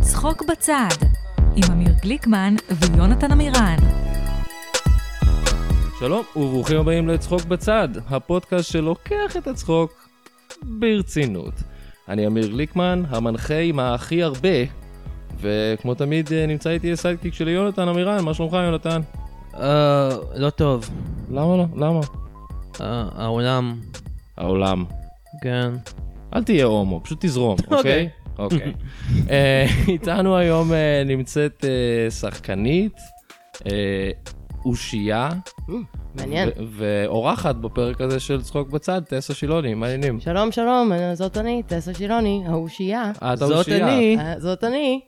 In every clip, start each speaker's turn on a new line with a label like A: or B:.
A: צחוק בצד, עם אמיר גליקמן ויונתן עמירן.
B: שלום וברוכים הבאים לצחוק בצד, הפודקאסט שלוקח את הצחוק ברצינות. אני אמיר גליקמן, המנחה עם הכי הרבה, וכמו תמיד אה, נמצא איתי הסיידקיק שלי יונתן עמירן, מה שלומך יונתן?
C: אה, לא טוב,
B: למה לא? למה?
C: אה, העולם,
B: העולם.
C: כן.
B: אל תהיה הומו, פשוט תזרום, אוקיי? אוקיי. אה, איתנו היום אה, נמצאת אה, שחקנית, אה, אושייה,
D: מעניין.
B: ו- ואורחת בפרק הזה של צחוק בצד, טסה שילוני, מה העניינים?
D: שלום, שלום, אה, זאת אני, טסה שילוני, האושייה.
B: אה, אתה
C: זאת
B: אושייה.
C: אני,
D: אה, זאת אני.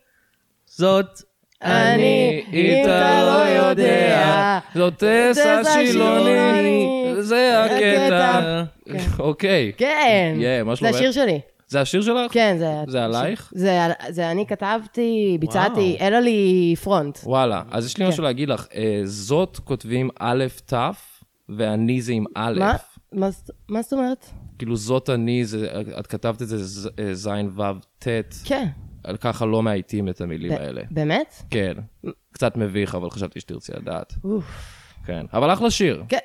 C: זאת,
D: אני,
B: אם אתה לא יודע, זאת טסה
D: טסה
B: שילוני,
D: שילוני.
B: זה הקטע.
C: אה,
B: אוקיי.
D: כן.
B: יא, מה
D: זה
B: שלומך?
D: השיר שלי.
B: זה השיר שלך?
D: כן, זה...
B: זה עלייך?
D: זה, על- זה אני כתבתי, ביצעתי, אלה לי פרונט.
B: וואלה, אז יש לי
D: כן.
B: משהו להגיד לך. אה, זאת כותבים א' ת', ואני זה עם א'.
D: מה? מה זאת- מה זאת אומרת?
B: כאילו זאת אני, זה- את כתבת את זה ז- אה, ז' ו' ט'.
D: כן.
B: על ככה לא מאייתים את המילים
D: ב-
B: האלה.
D: באמת?
B: כן. קצת מביך, אבל חשבתי שתרצי לדעת.
D: אוף.
B: כן. אבל אחלה שיר.
D: כן,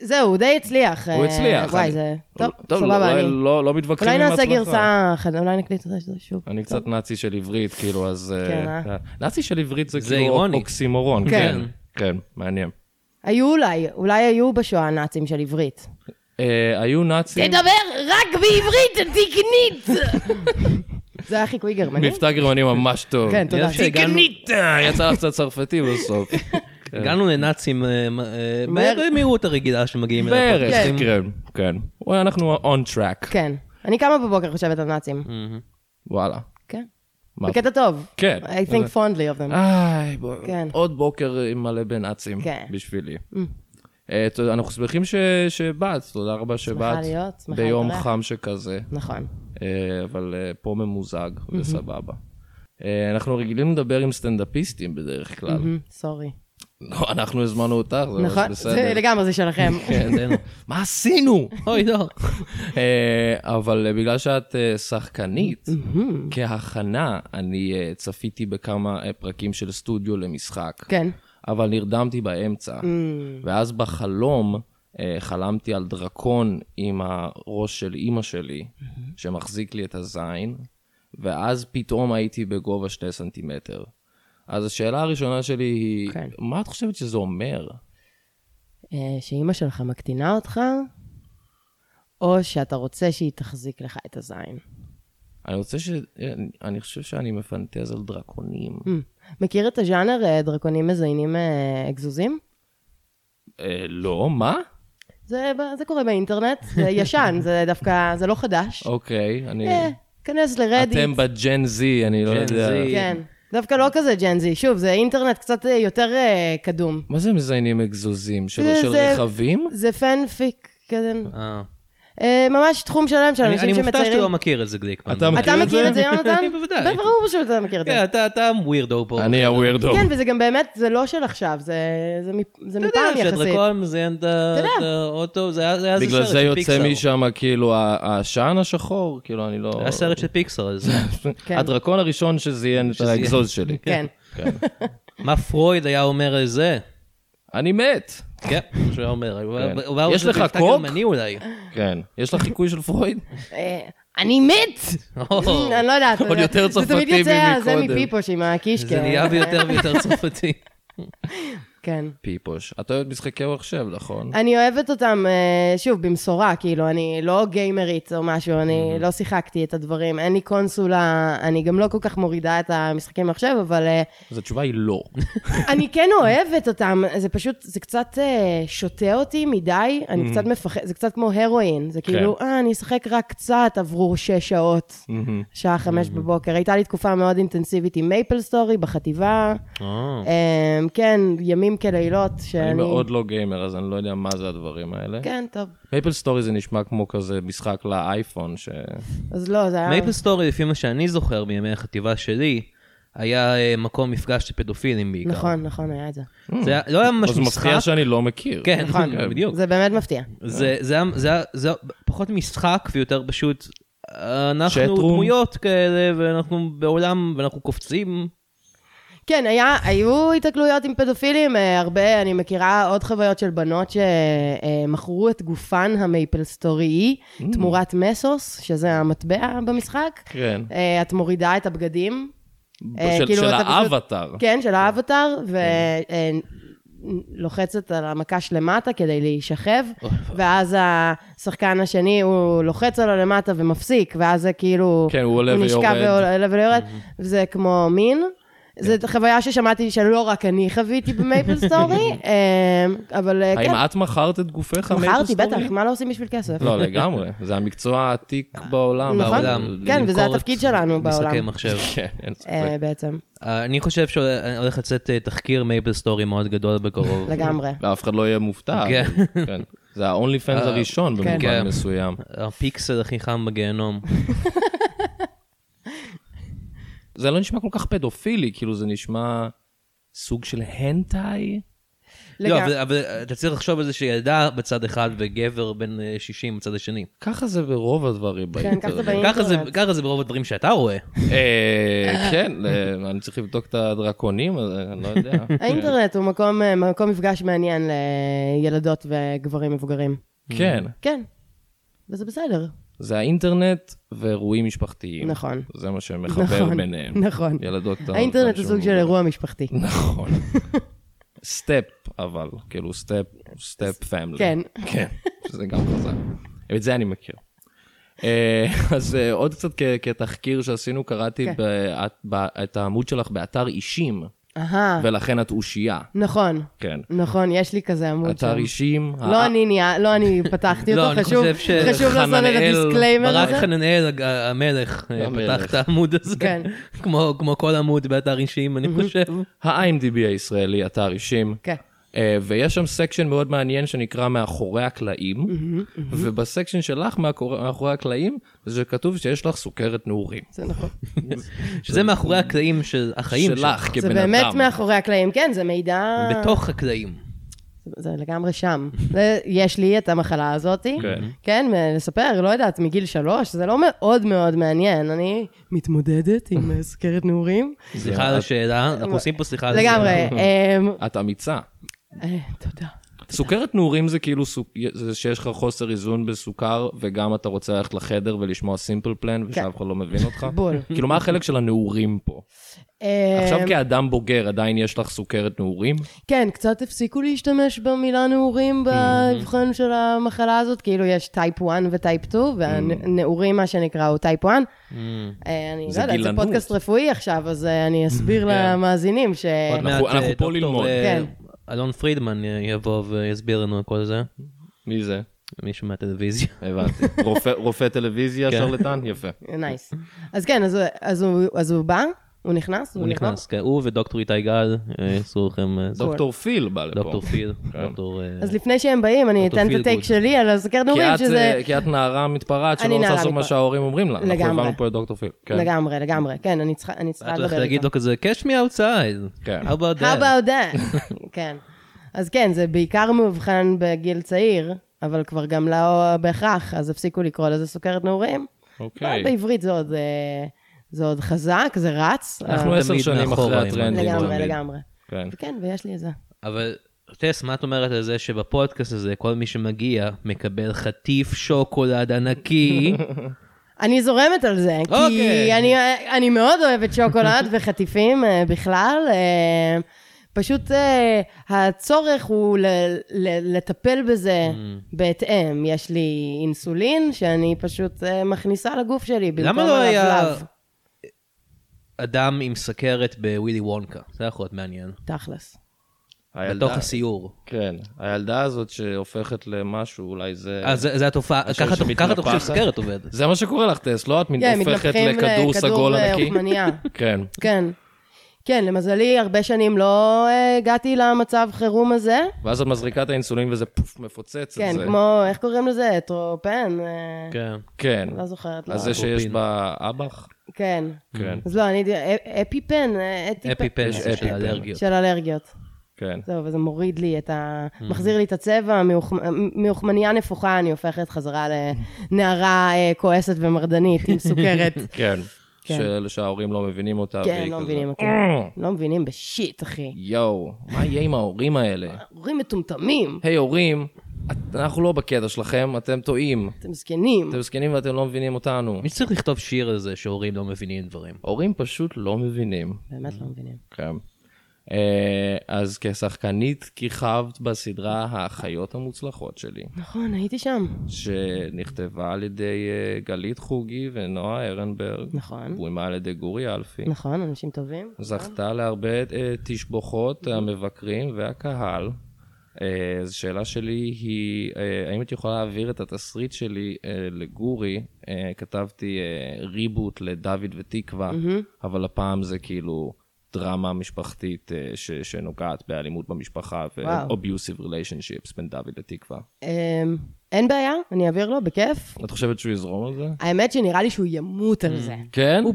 D: זהו, הוא די הצליח.
B: הוא
D: אה,
B: הצליח.
D: וואי,
B: אני-
D: זה... טוב,
B: לא-
D: סבבה, אני...
B: לא לא מתווכחים עם
D: אולי
B: הצלחה.
D: נעשה גרסה אחת, אולי נקליט את זה שוב.
B: אני קצת נאצי של עברית, כאילו, אז...
D: כן,
B: אה, נאצי של עברית זה
C: זה
B: כאילו
C: אירוני.
B: אוקסימורון. כן.
D: כן.
B: כן, מעניין.
D: היו אולי, אולי היו בשואה נאצים של עברית.
B: אה, היו
D: כן.
B: נאצים...
D: תדבר רק בעברית תקנית! זה היה חיקוי גרמני?
B: מבטא גרמני ממש טוב.
D: כן, תודה. כן.
C: יש שהגענו-
B: אה, יצא לך קצת צרפתי בסוף.
C: הגענו לנאצים אה, מ- אה,
D: מהר.
C: במהירות הרגילה שמגיעים אליו.
B: בערך,
D: כן.
B: כן. כן. וואי, אנחנו on track.
D: כן. אני קמה בבוקר חושבת על נאצים.
B: Mm. וואלה.
D: כן.
B: מה?
D: בקטע טוב.
B: כן. אה.
D: I think fondly of them.
B: איי, בוא,
D: כן.
B: עוד בוקר עם מלא בנאצים
D: כן.
B: בשבילי. אה, תודה, אנחנו שמחים ש- שבאת, תודה רבה שבאת.
D: להיות, שמחה
B: ביום
D: להתארח.
B: חם שכזה,
D: נכון.
B: אה, אבל אה, פה ממוזג וסבבה. אה, אנחנו רגילים לדבר עם סטנדאפיסטים בדרך כלל.
D: סורי.
B: לא, אנחנו הזמנו אותך, זה
D: נכון? זה
B: בסדר.
D: לגמרי זה שלכם.
B: כן, זה- מה עשינו?
C: אוי, לא.
B: אה, אבל אה, בגלל שאת אה, שחקנית, כהכנה, אני אה, צפיתי בכמה אה, פרקים של סטודיו למשחק.
D: כן.
B: אבל נרדמתי
D: Mm.
B: באמצע. ואז בחלום אה, חלמתי על דרקון עם הראש של אימא שלי,
D: Mm-hmm.
B: שמחזיק לי את הזין, ואז פתאום הייתי בגובה שני סנטימטר. אז השאלה הראשונה שלי היא,
D: כן.
B: מה את חושבת שזה אומר?
D: אה, שאימא שלך מקטינה אותך, או שאתה רוצה שהיא תחזיק לך את הזין.
B: אני רוצה ש... אה, אני חושב שאני מפנטז על דרקונים.
D: Mm. מכיר את הז'אנר אה, דרקונים מזיינים אה, אגזוזים?
B: אה, לא, מה?
D: זה ב- זה קורה באינטרנט, זה ישן, זה דווקא, זה לא חדש.
B: אוקיי, אני...
D: אה, כנס לרדיט.
B: אתם בג'ן זי, אני לא
C: Gen
B: יודע.
C: Z.
D: כן, דווקא לא כזה ג'נזי. שוב, זה אינטרנט קצת אה, יותר אה, קדום.
B: מה זה מזיינים אגזוזים? של
D: זה-
B: של
D: זה-
B: רכבים?
D: זה פנפיק כזה,
C: אה.
D: אה, ממש תחום שלם של
C: אני אני
D: אנשים
C: מופתע שאתה
D: שמציירים.
C: לא מכיר את זה, גליקמן.
B: אתה מכיר
D: אתה
B: את
D: מכיר
B: זה?
D: את זה, יונתן?
C: אני בוודאי.
D: בברור שאתה מכיר את זה.
C: כן, אתה- אתה ווירדו פה.
B: אני הווירדו.
D: כן, וזה גם באמת, זה לא של עכשיו, זה- זה מפ- זה
C: אתה יודע
D: מפעם יחסית.
C: שהדרקון מזיין את ה-
D: אתה יודע.
C: את האוטו, זה היה זה היה איזה
B: בגלל
C: סרט של
B: זה
C: פיקסאר.
B: יוצא משם כאילו ה- העשן השחור, כאילו אני לא...
C: זה היה סרט של פיקסאר, אז
D: כן.
B: הדרקון הראשון שזיין את
C: שזיין.
B: האגזוז שלי.
D: כן.
C: מה פרויד היה אומר על זה?
B: אני מת.
C: כן, מה שהוא היה אומר. הוא היה-
B: כן.
C: הוא היה-
B: יש
C: זה
B: לך
C: מבטא
B: קוק?
C: גרמני אולי.
B: כן. יש לך חיקוי של פרויד?
D: אה, אני מת!
C: או.
D: אני לא יודעת. כן.
B: עוד
D: זה-
B: יותר
D: זה תמיד
B: צרפתי
D: יוצא זה
B: מקודם.
D: מפיפוש עם הקישקע.
C: זה נהיה ביותר ויותר צרפתי.
D: כן.
B: פיפוש. את אוהבת משחקי מחשב, נכון?
D: אני אוהבת אותם, אה, שוב, במשורה, כאילו, אני לא גיימרית או משהו, אני לא שיחקתי את הדברים, אין לי קונסולה, אני גם לא כל כך מורידה את המשחקי מחשב, אבל אה,
B: אז התשובה היא לא.
D: אני כן אוהבת אותם, זה פשוט, זה קצת אה, שותה אותי מדי, אני קצת מפחדת, זה קצת כמו הרואין, זה כאילו,
B: כן.
D: אה, אני אשחק רק קצת, עברו שש שעות, שעה חמש בבוקר. הייתה לי תקופה מאוד אינטנסיבית עם מייפל סטורי בחטיבה, אה, כן, ימים כלילות, שאני...
B: אוקיי. אני מאוד לא גיימר, אז אני לא יודע מה זה הדברים האלה.
D: כן, טוב.
B: מייפל סטורי זה נשמע כמו כזה משחק לאייפון, ש...
D: אז לא, זה היה...
C: מייפל סטורי, לפי מה שאני זוכר מימי החטיבה שלי, היה אה, מקום מפגש של פדופילים בעיקר.
D: נכון, נכון, היה את זה.
C: זה היה- לא היה ממש
B: אז
C: משחק.
B: מפתיע שאני לא מכיר.
C: כן,
D: נכון.
C: בדיוק.
D: זה באמת מפתיע.
C: זה- זה היה- זה היה- זה היה פחות משחק ויותר פשוט, אה, אנחנו
B: שטרום.
C: דמויות כאלה, ואנחנו בעולם, ואנחנו קופצים
D: כן, היה, היו התקלויות עם פדופילים, אה, הרבה, אני מכירה עוד חוויות של בנות שמכרו את גופן המייפלסטוריי, תמורת מסוס, שזה המטבע במשחק.
B: כן.
D: אה, את מורידה את הבגדים. אה,
B: של-
D: כאילו
B: של
D: אתה פשוט-
B: האבטאר.
D: כן, של האבטאר, ולוחצת על המקש למטה כדי להישכב, ואז השחקן השני, הוא לוחץ עליו למטה ומפסיק, ואז זה כאילו...
B: כן, הוא עולה
D: הוא
B: ויורד. Mm-hmm.
D: נשכב ועולה ויורד, וזה כמו מין. זו חוויה ששמעתי שלא רק אני חוויתי במייפל סטורי, אה, אבל אה,
B: האם
D: כן,
B: את מכרת את גופך
D: מכרתי,
B: המייפל
D: בטח,
B: סטורי?
D: מה לא עושים בשביל כסף?
B: לא, לגמרי. זה המקצוע העתיק בעולם.
D: נכון.
C: בעולם.
D: כן, וזה
C: למכור
D: התפקיד
C: את
D: שלנו
C: משחקי
D: בעולם.
C: מחשב.
B: כן, אין ספק.
D: אה, בעצם,
C: אה, אני חושב שהולך לצאת אה, תחקיר מייפל סטורי מאוד גדול בקרוב.
D: לגמרי.
B: ואף אחד לא יהיה מופתע.
C: כן.
B: כן. זה ה-only fans הראשון
C: כן.
B: במובן מסוים.
C: הפיקסל הכי חם בגיהנום.
B: זה לא נשמע כל כך פדופילי, כאילו זה נשמע סוג של הנטאי.
C: לא,
D: לגמרי.
C: אבל- אבל אתה צריך לחשוב על זה שילדה בצד אחד וגבר בן אה, 60 בצד השני.
B: ככה זה ברוב הדברים
D: כן, ככה זה
B: באינטרנט.
D: באינטרנט.
C: ככה זה- ככה זה ברוב הדברים שאתה רואה.
B: אה, כן, אה, אני צריך לבדוק את הדרקונים, אז אני לא יודע.
D: האינטרנט הוא מקום, אה, מקום מפגש מעניין לילדות וגברים מבוגרים.
B: כן,
D: כן, וזה בסדר.
B: זה האינטרנט ואירועים משפחתיים.
D: נכון.
B: זה מה שמחבר
D: נכון,
B: ביניהם.
D: נכון.
B: ילדות...
D: האינטרנט הוא סוג של אירוע משפחתי.
B: נכון. סטפ, אבל, כאילו סטפ, סטפ פמילי.
D: כן.
B: כן, שזה גם חזק. את זה אני מכיר. אה, אז אה, עוד קצת כ- כתחקיר שעשינו, קראתי
D: כן.
B: ב- את- ב- את העמוד שלך באתר אישים,
D: אהה,
B: ולכן את אושייה.
D: נכון,
B: כן.
D: נכון, יש לי כזה עמוד
B: אתר
D: שם.
B: אישים.
D: לא
B: ה-
D: אני נהיה, לא אני פתחתי
C: לא,
D: אותו,
C: אני
D: חשוב
C: חושב ש-
D: חשוב לעשות את
B: חננאל-
D: הדיסקליימר
C: ברק
D: הזה.
C: חננאל הג- המלך אה,
B: המלך.
C: פתח את העמוד הזה.
D: כן.
C: כמו כמו כל עמוד באתר אישיים, אני חושב.
B: ה-IMDB הישראלי, אתר אישים.
D: כן.
B: אה, ויש שם סקשן מאוד מעניין שנקרא מאחורי הקלעים, ובסקשן שלך מאחורי מאחורי הקלעים, זה כתוב שיש לך סוכרת נעורים.
D: זה נכון.
C: שזה מאחורי הקלעים של החיים
B: שלך
C: שלך.
B: כבן אדם.
D: זה באמת מאחורי הקלעים, כן, זה מידע...
C: בתוך הקלעים.
D: זה- זה לגמרי שם. זה- יש לי את המחלה הזאת,
B: כן.
D: כן, מ- לספר, לא יודעת, מגיל שלוש, זה לא מאוד מאוד מעניין. אני מתמודדת עם אה, סוכרת נעורים.
C: סליחה על השאלה, אנחנו עושים פה סליחה על השאלה.
D: לגמרי. אמ,
B: את אמיצה.
D: אה, תודה.
B: סוכרת נעורים זה כאילו סוכ... זה שיש לך חוסר איזון בסוכר, וגם אתה רוצה ללכת לחדר ולשמוע סימפל
D: כן.
B: פלן, ושאף אחד לא מבין אותך.
D: בול.
B: כאילו, מה החלק של הנעורים פה?
D: אמ,
B: עכשיו כאדם בוגר, עדיין יש לך סוכרת נעורים?
D: כן, קצת הפסיקו להשתמש במילה נעורים באבחון של המחלה הזאת, כאילו יש טייפ 1 וטייפ 2, והנעורים, מה שנקרא, הוא טייפ 1. אה, אני
B: זה
D: לא יודעת, זה
B: גילנות.
D: פודקאסט רפואי עכשיו, אז אה, אני
C: כן.
D: אסביר למאזינים ש...
C: עוד
B: אנחנו-
C: מעט, אה,
B: אנחנו פה
C: דוקטור,
B: ללמוד.
C: אה,
D: כן.
C: אלון פרידמן אה, יבוא ויסביר לנו הכל זה,
B: מי זה?
C: מישהו מהטלוויזיה.
B: הבנתי. רופא- רופא טלוויזיה,
C: כן.
B: שרלטן? יפה.
D: נייס. אז כן, אז הוא- אז הוא- אז הוא בא, הוא נכנס,
C: הוא
D: יבוא.
C: נכנס, כן, הוא ודוקטור איתי גל, אה, יעשו לכם, אה, זה.
B: דוקטור
D: נכון.
B: כן. פיל בא לפה.
C: דוקטור פיל, דוקטור... אה,
D: אז לפני שהם באים, אני
C: אותו
D: אתן את
C: feel
D: הטייק
C: good.
D: שלי על הסוכרת
B: כי
D: נעורים,
B: את,
D: שזה...
B: אה, כי את נערה מתפרעת
D: אני
B: שלא רוצה
D: נערה
B: לעשות מה
D: מתפרעת.
B: שההורים אומרים לה. אנחנו
D: לגמרי.
B: הבנו פה את דוקטור פיל. כן.
D: לגמרי, לגמרי, כן, אני צריכה אני צריכה
C: את
D: לדבר
C: הולכת
D: איתו.
C: להגיד לו כזה, קש מי outside.
B: כן.
C: How about
D: How
C: that?
D: about that? כן. אז כן, זה בעיקר מאובחן בגיל צעיר, אבל כבר גם לא בהכרח, אז הפסיקו לקרוא לזה סוכרת נעורים.
B: אוקיי.
D: אבל בעברית זה עוד, אה, זה עוד חזק, זה רץ.
B: אנחנו
D: אה,
B: עשר
C: תמיד
B: שנים
C: מאחורה
B: אחרי
C: עם
B: הטרנדים.
D: לגמרי,
B: תמיד.
D: לגמרי.
B: כן.
D: וכן, ויש לי את זה.
C: אבל טס, מה את אומרת על זה שבפודקאסט הזה כל מי שמגיע מקבל חטיף שוקולד ענקי?
D: אני זורמת על זה,
C: אוקיי.
D: כי אני, אני מאוד אוהבת שוקולד וחטיפים אה, בכלל. אה, פשוט אה, הצורך הוא ל, ל, לטפל בזה
B: Mm.
D: בהתאם. יש לי אינסולין שאני פשוט אה, מכניסה לגוף שלי במקום
C: למה לא היה
D: הלבלב.
C: אדם עם סכרת בווילי וונקה? זה יכול להיות מעניין.
D: תכלס.
B: הילדה-
C: בתוך הסיור.
B: כן. הילדה הזאת שהופכת למשהו, אולי זה...
C: אה, זה זה התופעה,
B: חושב
C: ככה אתה- ככה אתה חושב
B: כן. שמתנפחת?
C: סכרת עובד.
B: זה מה שקורה לך, טס, לא? את
D: כן,
B: הופכת
D: מתנפחים
B: לכדור סגול
D: אה,
B: ענקי.
D: רחמנייה.
B: כן.
D: כן. כן, למזלי, הרבה שנים לא אה, הגעתי למצב חירום הזה.
B: ואז את מזריקה את האינסולין וזה פוף, מפוצץ את
D: כן,
B: זה.
D: כמו, איך קוראים לזה? טרופן? אה,
C: כן.
B: כן.
D: לא זוכרת. לא.
B: אז זה שיש בה אב"ח?
C: Mm-hmm.
D: כן.
B: כן.
D: אז לא, אני... אה, אפיפן, אה, אטיפן-
C: אפי פן זה של
B: אפיפן.
C: אלרגיות.
D: של אלרגיות.
B: כן.
D: זהו, וזה מוריד לי את ה... מחזיר לי את הצבע, מאוכמ- מאוכמניה נפוחה אני הופכת חזרה לנערה אה, כועסת ומרדנית עם סוכרת.
B: כן.
D: כן.
B: של- שההורים לא מבינים אותה.
D: כן,
B: והיא
D: לא
B: כזה,
D: מבינים אותה.
B: "אה,
D: לא מבינים בשיט, אחי.
B: יואו, מה יהיה עם ההורים האלה?
D: הורים מטומטמים,
B: היי הורים, את- אנחנו לא בקטע שלכם, אתם טועים.
D: אתם זקנים.
B: אתם זקנים ואתם לא מבינים אותנו.
C: מי צריך לכתוב שיר על זה שהורים לא מבינים דברים?
B: הורים פשוט לא מבינים.
D: באמת לא מבינים.
B: כן. אה, אז כשחקנית כיכבת בסדרה האחיות המוצלחות שלי,
D: נכון, הייתי שם.
B: שנכתבה על ידי אה, גלית חוגי ונועה ארנברג.
D: נכון.
B: בוימה על ידי גורי אלפי.
D: נכון, אנשים טובים.
B: זכתה להרבה אה, תשבוכות המבקרים והקהל. אה, אז השאלה שלי היא, אה, האם את יכולה להעביר את התסריט שלי אה, לגורי? אה, כתבתי אה, ריבוט לדוד ותקווה, אבל הפעם זה כאילו דרמה משפחתית אה, ש- שנוגעת באלימות במשפחה
D: וואו.
B: ו-abusive relationships בין דוד לתקווה.
D: אמ, אין בעיה, אני אעביר לו, בכיף.
B: את חושבת שהוא יזרום על זה?
D: האמת שנראה לי שהוא ימות על זה.
B: כן?
D: הוא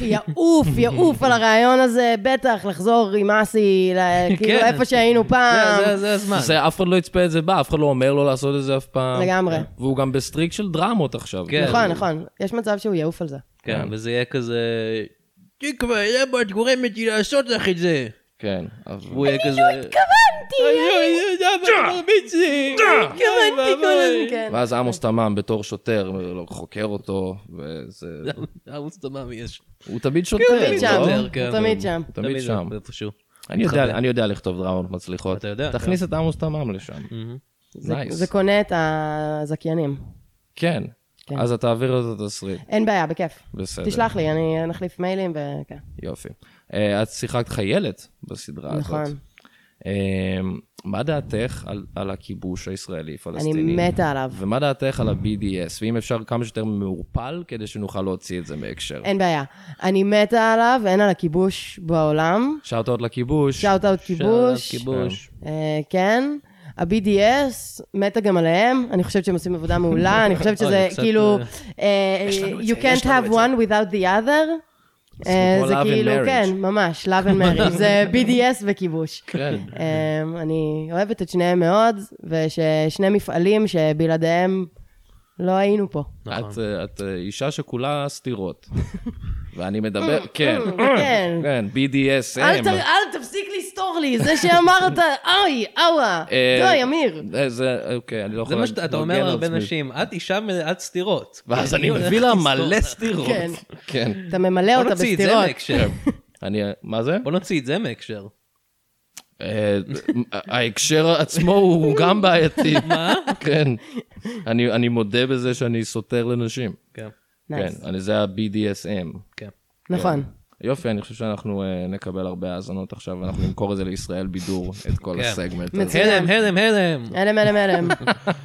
D: יעוף, יעוף על הרעיון הזה, בטח, לחזור עם אסי, ל- כאילו
C: כן.
D: איפה שהיינו
C: זה-
D: פעם.
C: זה- זה הזמן.
B: זה, אף אחד לא יצפה את זה בא, אף אחד לא אומר לו לעשות את זה אף פעם.
D: לגמרי.
B: והוא גם בסטריק של דרמות עכשיו.
C: כן.
D: נכון, נכון. יש מצב שהוא יעוף על זה.
C: כן, וזה יהיה כזה... תקווה, למה את גורמת לי לעשות לך את זה?
B: כן. אבל-
C: והוא יהיה כזה... אני לא התכוונתי! למה את מרביץ לי?
D: התכוונתי כל הזמן, כן.
B: ואז עמוס תמם בתור שוטר לא, חוקר אותו, וזה...
C: ערוץ דמם יש.
B: הוא תמיד שוטר,
D: כן, הוא תמיד שם,
B: לא?
C: לא?
D: הוא תמיד שם.
B: הוא תמיד שם.
C: איפשהו.
B: אני יודע- אני יודע לכתוב דרמות מצליחות.
C: אתה יודע,
B: תכניס את עמוס תמם לשם.
D: זה-
B: נייס.
D: זה קונה את הזכיינים.
B: כן.
D: כן.
B: אז אתה תעביר את התסריט.
D: אין בעיה, בכיף.
B: בסדר.
D: תשלח לי, אני נחליף מיילים כן. וכן.
B: יופי. אה, את שיחקת חיילת בסדרה הזאת.
D: נכון.
B: אה, מה דעתך על- על הכיבוש הישראלי-פלסטיני?
D: אני מתה עליו.
B: ומה דעתך על ה-BDS? ואם אפשר כמה שיותר מעורפל, כדי שנוכל להוציא את זה מהקשר.
D: אין בעיה. אני מתה עליו, אין על הכיבוש בעולם.
B: שאוטות לכיבוש.
D: שאוט אאוט כיבוש.
C: כיבוש.
D: אה, כן. ה-BDS, מתה גם עליהם, אני חושבת שהם עושים עבודה מעולה, אני חושבת שזה
C: אני קצת,
D: כאילו,
C: אה,
D: אה, you can't have one without the other.
B: זה
D: אה,
B: כמו
D: זה
B: love and
D: כאילו,
B: marriage.
D: כן, ממש, love and marriage, זה BDS וכיבוש.
B: כן.
D: אה, אני אוהבת את שניהם מאוד, וששני מפעלים שבלעדיהם לא היינו פה.
B: את, אה, את אה, אישה שכולה סתירות. ואני מדבר, כן,
D: אה, כן.
B: כן, BDSM.
D: אל ת- אל תפסיק לסתור לי, זה שאמרת, אוי, אווה, לא,
B: אה,
D: די, אמיר.
B: אה, זה, אוקיי, אני לא יכול...
C: זה מה שאתה
B: להגן
C: אומר
B: על
C: להרבה
B: עצמי.
C: נשים, את אישה מלאת סתירות. כן,
B: ואז אני
C: הולך
B: מביא לה
C: לסתור.
B: מלא סתירות.
D: כן.
B: כן.
D: אתה ממלא
C: בוא
D: אותה
C: נוציא את זה
D: בסתירות.
C: מהקשר.
B: אני, מה זה?
C: בוא נוציא את זה מהקשר.
B: אה, ההקשר עצמו הוא גם בעייתי. מה? כן. אני אני מודה בזה שאני סותר לנשים.
C: כן,
D: נייס.
B: כן, אני- זה ה-BDSM.
C: כן.
D: נכון.
B: יופי, אני חושב שאנחנו אה, נקבל הרבה האזנות עכשיו, ואנחנו נמכור את זה לישראל בידור, את כל
C: כן.
B: הסגמנט הזה.
D: מצוין.
C: הלם, הלם, הלם.
D: הלם, הלם, הלם.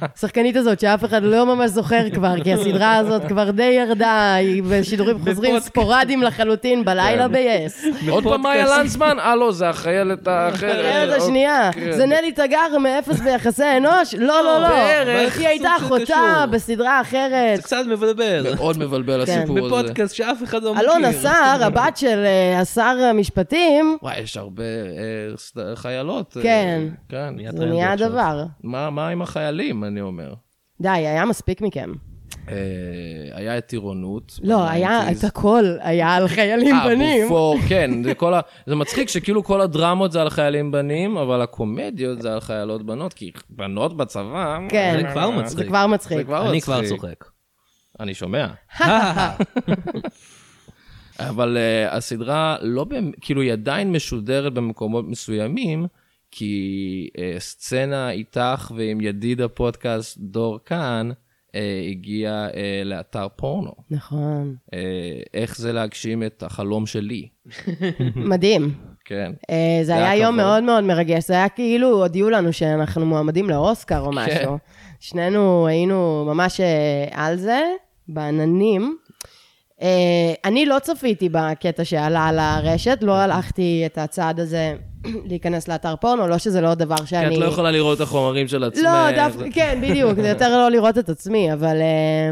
D: השחקנית הזאת שאף אחד לא ממש זוכר כבר, כי הסדרה הזאת כבר די ירדה, היא בשידורים חוזרים
C: בפודקאסט.
D: ספורדיים לחלוטין בלילה
B: כן.
D: ב-yes.
B: עוד פעם מאיה לנצמן? אה, לא, זה החיילת האחרת. אוקיי.
D: הילד כן, השנייה, זה נלי תגר מאפס ביחסי אנוש? לא, לא, לא.
C: בערך.
D: היא הייתה
C: איך זה
D: אחותה
C: קשור?
D: בסדרה אחרת.
C: זה קצת מבלבל.
B: מאוד מבלבל
D: כן.
B: הסיפור הזה.
C: בפודקאסט שאף אחד לא מכיר.
D: אלונה סער, הבת של אה, השר המשפטים,
B: וואי, יש הרבה אה, סת- חיילות. אה,
D: כן.
B: כן.
D: זה נהיה הדבר.
B: מה מה עם החיילים, אני אומר?
D: די, היה מספיק מכם.
B: אה, היה את טירונות.
D: לא, היה, את הכל היה על חיילים בנים.
B: אה, בופור, כן, זה כל ה... זה מצחיק שכאילו כל הדרמות זה על חיילים בנים, אבל הקומדיות זה על חיילות בנות, כי בנות בצבא...
D: כן.
C: זה כבר מצחיק.
D: זה כבר
B: זה
D: מצחיק.
B: כבר
C: אני
B: מצחיק.
C: כבר צוחק.
B: אני שומע. אבל uh, הסדרה לא באמת, כאילו היא עדיין משודרת במקומות מסוימים, כי uh, סצנה איתך ועם ידיד הפודקאסט דור כאן, uh, הגיעה uh, לאתר פורנו.
D: נכון.
B: Uh, איך זה להגשים את החלום שלי,
D: מדהים.
B: כן.
D: אה, זה
B: זה
D: היה
B: היה
D: יום
B: כבוד.
D: מאוד מאוד מרגש, זה היה כאילו, הודיעו לנו שאנחנו מועמדים לאוסקר
B: כן.
D: או משהו. שנינו היינו ממש אה, על זה, בעננים. אה, אני לא צפיתי בקטע שעלה על הרשת,
B: אוקיי.
D: לא הלכתי את הצעד הזה להיכנס לאתר פורנו, לא שזה לא דבר שאני...
B: כי את לא יכולה לראות את החומרים של עצמך.
D: לא, דווקא, כן, בדיוק, זה יותר לא לראות את עצמי, אבל, אה,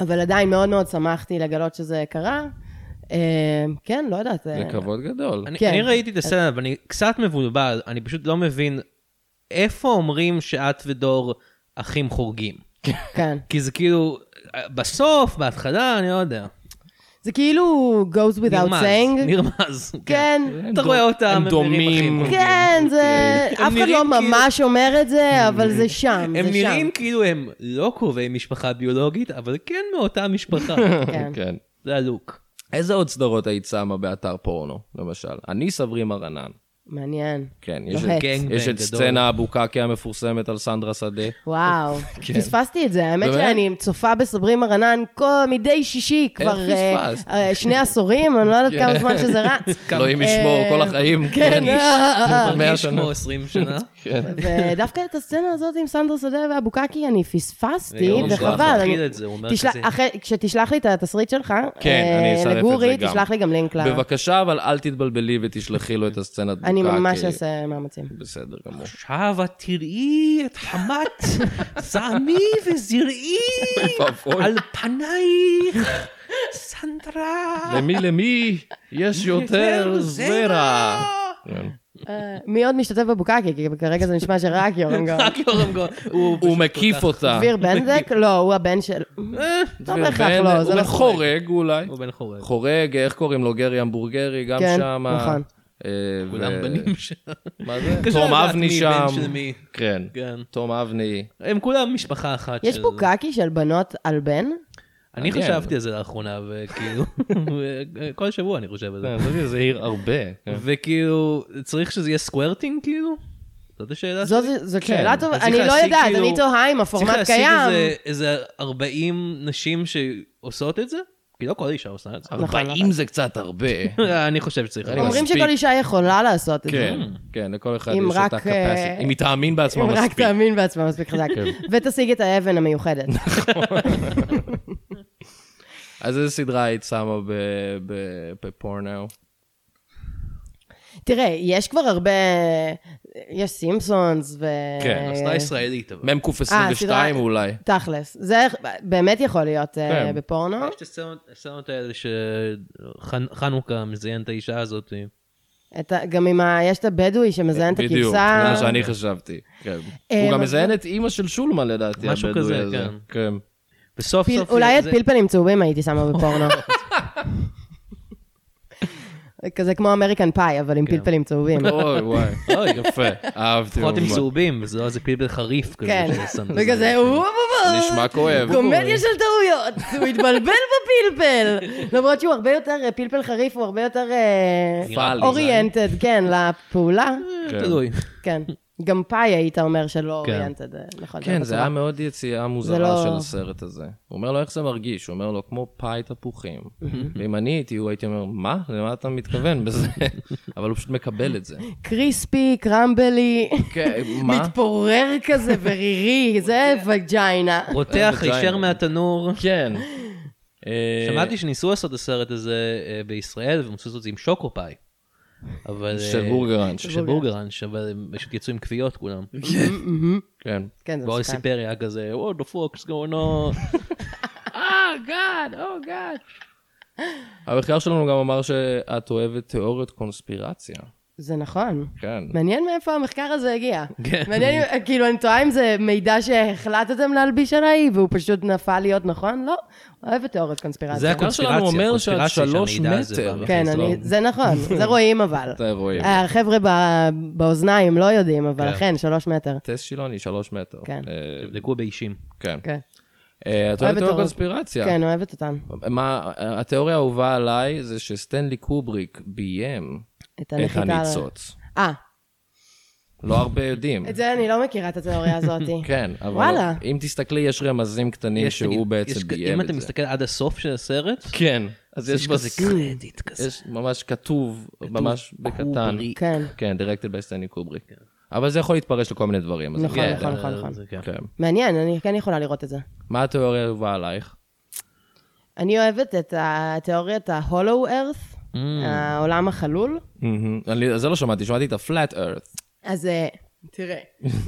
D: אבל עדיין מאוד מאוד שמחתי לגלות שזה קרה. אה, כן, לא יודעת. אה,
B: זה כבוד גדול.
C: אני-
D: כן.
C: אני ראיתי את הסצנה, ואני קצת מבולבל, אני פשוט לא מבין איפה אומרים שאת ודור אחים חורגים.
D: כן.
C: כי זה כאילו, בסוף, בהתחלה, אני לא יודע.
D: זה כאילו goes without
C: נרמז,
D: saying.
C: נרמז.
D: כן.
C: אתה רואה אותם,
B: הם
C: הם
B: דומים.
C: נראים הכי מוגנים.
D: כן, זה...
C: הם
D: אף אחד
C: נראים
D: לא
C: כאילו-
D: ממש אומר את זה, אבל זה שם,
C: הם
D: זה שם.
C: נראים כאילו הם לא קרובי משפחה ביולוגית, אבל כן מאותה משפחה.
D: כן.
C: אוקיי.
B: כן.
C: זה הלוק.
B: איזה עוד סדרות היית שמה באתר פורנו, למשל? אני סברי מרנן.
D: מעניין.
B: כן, יש
D: לוהט.
B: את-
C: גנגבנג
B: יש את
C: גדול.
B: סצנה הבוקקי המפורסמת על סנדרה שדה.
D: וואו,
C: כן.
D: פספסתי את זה. האמת
B: באמת?
D: שאני צופה בסברים הרנן כל מדי שישי כבר אה,
B: פספסת?
D: אה, שני עשורים, אני לא יודעת
C: כן.
D: כמה זמן שזה רץ.
B: אלוהים ישמור
D: אה,
B: כל החיים.
D: כן, אה, אה, אה.
B: מאה
C: מרגיש
B: שנה.
C: כמו 20 שנה.
B: כן.
D: ודווקא את הסצנה הזאת עם סנדרה שדה והבוקקי אני פספסתי,
C: ויורם שלח
D: וחבל.
C: מכיל
D: אני-
C: לא את זה, הוא אומר
D: תשלח-
C: כזה.
D: אחרי- כשתשלח לי את התסריט שלך,
B: כן,
D: אה,
B: אני אצרף את זה
D: לגורי,
B: גם.
D: תשלח לי גם לינק ל...
B: בבקשה, אבל אל תתבלבלי ותשלחי לו את הסצנת בוקקי.
D: אני ממש
C: אוקיי.
D: אעשה מאמצים.
B: בסדר גמור.
C: עכשיו את תראי את חמת זעמי וזרעי
B: ואבוי.
C: על פנייך, סנדרה.
B: למי למי יש יותר זרע?
C: לא.
B: כן.
D: אה, מי עוד משתתף בבוקקי? כי כרגע זה נשמע שרק יורם גאון.
B: אה.
C: רק
B: לא
C: יורם גאון. הוא
B: הוא מקיף אותה.
D: דביר בנדק? לא, הוא הבן של... לא בהכרח
B: ובן-
D: לא, זה
B: הוא
D: לא
B: בן חורג אולי.
C: הוא בן חורג.
B: חורג, איך קוראים לו? גרי המבורגרי, גם
D: כן,
B: שם.
D: נכון.
C: כולם בנים שם.
B: מה זה?
C: קשה
B: תום
C: לדעת
B: אבני
C: מי
B: שם.
C: בן של מי.
B: כן.
C: כן.
B: תום אבני.
C: הם כולם משפחה אחת
D: יש
C: של-
D: בוקקי של בנות על בן?
C: אני
B: מעניין.
C: חשבתי על זה לאחרונה, וכאילו, כל שבוע אני חושב על כן, זה.
B: אני חושב שזה עיר הרבה.
C: וכאילו, צריך שזה יהיה סקוורטינג כאילו? זאת השאלה
D: זאת-
C: שלי?
D: זאת
B: כן,
D: שאלה טובה,
C: אז
D: אני
C: צריך
D: לא
C: להשיג,
D: יודעת,
C: כאילו-
D: אני תוהה אם הפורמט
C: צריך להשיג איזה-
D: קיים.
C: איזה 40 נשים שעושות את זה? כי לא כל אישה עושה את זה.
D: נכון,
B: ארבעים זה קצת הרבה.
C: אני חושב שצריך.
B: אני
D: אומרים
B: מספיק.
D: שכל אישה יכולה לעשות את זה.
B: כן, כן, לכל אחד
D: אם
B: יש
D: רק,
B: את
D: אה,
B: הקפסיטי. אם היא תאמין בעצמה
D: אם רק
B: מספיק. כן.
D: תאמין בעצמה מספיק חזק. ותשיג את האבן המיוחדת.
B: אז איזה סדרה היית שמה ב- ב-
D: אה,
B: בפורנו?
D: תראה, יש כבר הרבה... יש סימפסונס ו...
B: כן, אז
C: סדרה "אה, ישראלית אבל.
B: מ"ק
D: אה, סדרה-
B: 22 אולי.
D: תכלס. זה באמת יכול להיות אה,
B: כן.
D: בפורנו.
C: יש את הסצנות- הסצנות האלה שחנוכה מזיין את האישה הזאת.
D: את ה- גם עם ה... יש את הבדואי שמזיין את
B: בדיוק, זה
D: הכבשה.
B: מה שאני חשבתי. כן.
D: אה,
B: הוא גם
D: אבל-
B: מזיין את אימא של שולמה לדעתי,
C: משהו
B: הבדואי
C: כזה,
B: הזה.
C: כן.
B: כן.
C: בסוף
D: פיל-
C: סוף...
D: אולי את
C: זה-
D: פלפלים צהובים הייתי שמה בפורנו. כזה כמו אמריקן פאי, אבל עם
B: כן.
D: פלפלים צהובים.
B: אוי, וואי. אוי, יפה. אהבתי.
C: לפחות עם
B: ממש.
C: צהובים, וזה לא איזה פלפל חריף כזה.
D: כן.
C: שזה שם את זה.
D: וכזה, "וואו, וואו, וואו."
B: נשמע כואב.
D: קומדיה של טעויות, הוא התבלבל בפלפל. למרות שהוא הרבה יותר, אה, פלפל חריף הוא הרבה יותר
B: נראה לי,
D: אוריינטד, כן, לפעולה.
B: כן.
C: תלוי.
D: כן. גם פאי היית אומר שלא
C: כן.
D: אוריינטד, אה, נכון.
B: כן, זה
D: בצורה.
B: היה מאוד יציאה מוזרה
D: לא-
B: של הסרט הזה. הוא אומר לו, איך זה מרגיש? הוא אומר לו, כמו פאי תפוחים. ואם אני הייתי, הוא הייתי אומר, מה? למה אתה מתכוון בזה? אבל הוא פשוט מקבל את זה.
D: קריספי, קרמבלי,
B: כן, מה?
D: מתפורר כזה ורירי, זה וג'יינה.
C: רותח,
B: אה,
C: הישר
B: וג'יינה.
C: מהתנור.
B: כן. אה,
C: שמעתי שניסו לעשות את הסרט הזה אה, בישראל, והם עשו את זה עם שוקו פאי. אבל...
B: של
C: אה,
B: בורגראנץ'.
C: של בורגראנץ', אבל הם פשוט יצאו עם כוויות כולם.
B: כן.
D: כן, זה
C: בוריס
D: מסוכן.
C: סיפר היה כזה, what the fuck is going on.
B: המחקר שלנו גם אמר שאת אוהבת תיאוריות קונספירציה.
D: זה נכון.
B: כן.
D: מעניין מאיפה המחקר הזה הגיע.
C: כן.
D: מעניין, אם- כאילו, אני תוהה אם זה מידע שהחלטתם להלביש עליי, והוא פשוט נפל להיות נכון? לא. אוהבת תיאוריות
C: זה
B: הקונספירציה
D: קונספירציה.
C: הקונספירציה.
B: שלנו אומר
C: קונספירציה
B: שאת שלוש
C: שהמידע הזה
B: מטר.
C: בא
D: כן,
C: מכניס
D: אני-
C: לו.
D: זה נכון, זה רואים אבל.
B: לא- זה רואים.
D: החבר'ה ב- באוזניים לא יודעים, אבל
C: כן.
D: אכן, שלוש מטר.
B: הטסט שלו אני שלוש מטר.
D: כן.
B: אה,
C: תבדקו באישים.
B: כן.
D: כן.
B: אה, את אוהבת תיאוריות
D: אוהבת תיאוריות.
B: קונספירציה.
D: כן, אוהבת אותן.
B: מה, התיאוריה האהובה עליי זה שסטנלי קובריק ביים
D: את
B: את
D: הנחיתה.
B: הניצוץ.
D: אה,
B: לא הרבה יודעים.
D: את זה אני לא מכירה, את התיאוריה הזאת.
B: כן, אבל
D: וואלה.
B: אם תסתכלי, יש רמזים קטנים
C: יש,
B: שהוא
C: נגיד,
B: בעצם
C: יש-
B: ביים
C: אם
B: את
C: אתה
B: זה.
C: מסתכל עד הסוף של הסרט,
B: כן, אז יש
C: יש כזה
B: בס-
C: קרדיט כזה.
B: יש ממש כתוב, ממש בקטן.
C: קובריק.
D: כן.
B: כן, דירקטד בי סטנלי קובריק. אבל זה יכול להתפרש לכל מיני דברים. אז
D: נכון,
B: אני לא
D: נכון,
B: יודע.
D: נכון, נכון.
C: זה כן.
B: כן.
D: מעניין, אני כן יכולה לראות את זה.
B: מה התיאוריה האהובה עלייך?
D: אני אוהבת את התיאוריית ה-Hollow Earth, העולם החלול.
B: אני- זה לא שמעתי, שמעתי את ה-flat earth.
D: אז אה, תראה,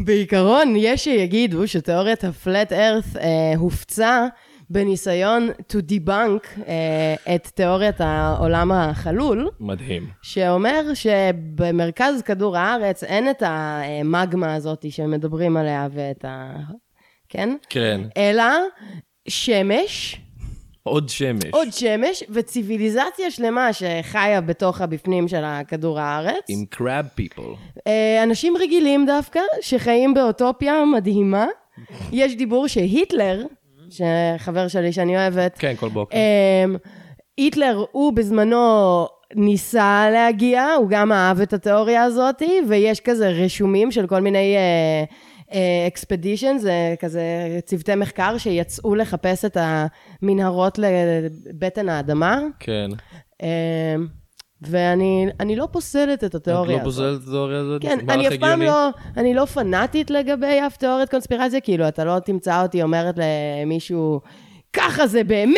D: בעיקרון יש שיגידו שתיאוריית ה-flat earth אה, הופצה בניסיון to debunk אה, את תיאוריית העולם החלול,
B: מדהים.
D: שאומר שבמרכז כדור הארץ אין את המגמה הזאת שמדברים עליה ואת ה... כן?
B: כן.
D: אלא שמש.
B: עוד שמש.
D: עוד שמש וציוויליזציה שלמה שחיה בתוך הבפנים של הכדור הארץ.
B: עם קראב פיפול.
D: אה, אנשים רגילים דווקא, שחיים באוטופיה מדהימה. יש דיבור שהיטלר, שחבר שלי שאני אוהבת,
B: כן, כל בוקר.
D: אמ, היטלר, הוא בזמנו ניסה להגיע, הוא גם אהב את התיאוריה הזאת, ויש כזה רשומים של כל מיני אקספדישן, זה כזה צוותי מחקר שיצאו לחפש את המנהרות לבטן האדמה.
B: כן.
D: אמ, ואני אני לא פוסלת את
B: את
D: התיאוריה
B: לא פוזלת את התיאוריה הזאת?
D: כן,
B: נשמע
D: אני
B: לך
D: אף פעם
B: הגיוני?
D: לא, אני לא פנאטית לגבי אף תיאוריית קונספירציה, כאילו, אתה לא תמצא אותי אומרת למישהו, ככה זה באמת,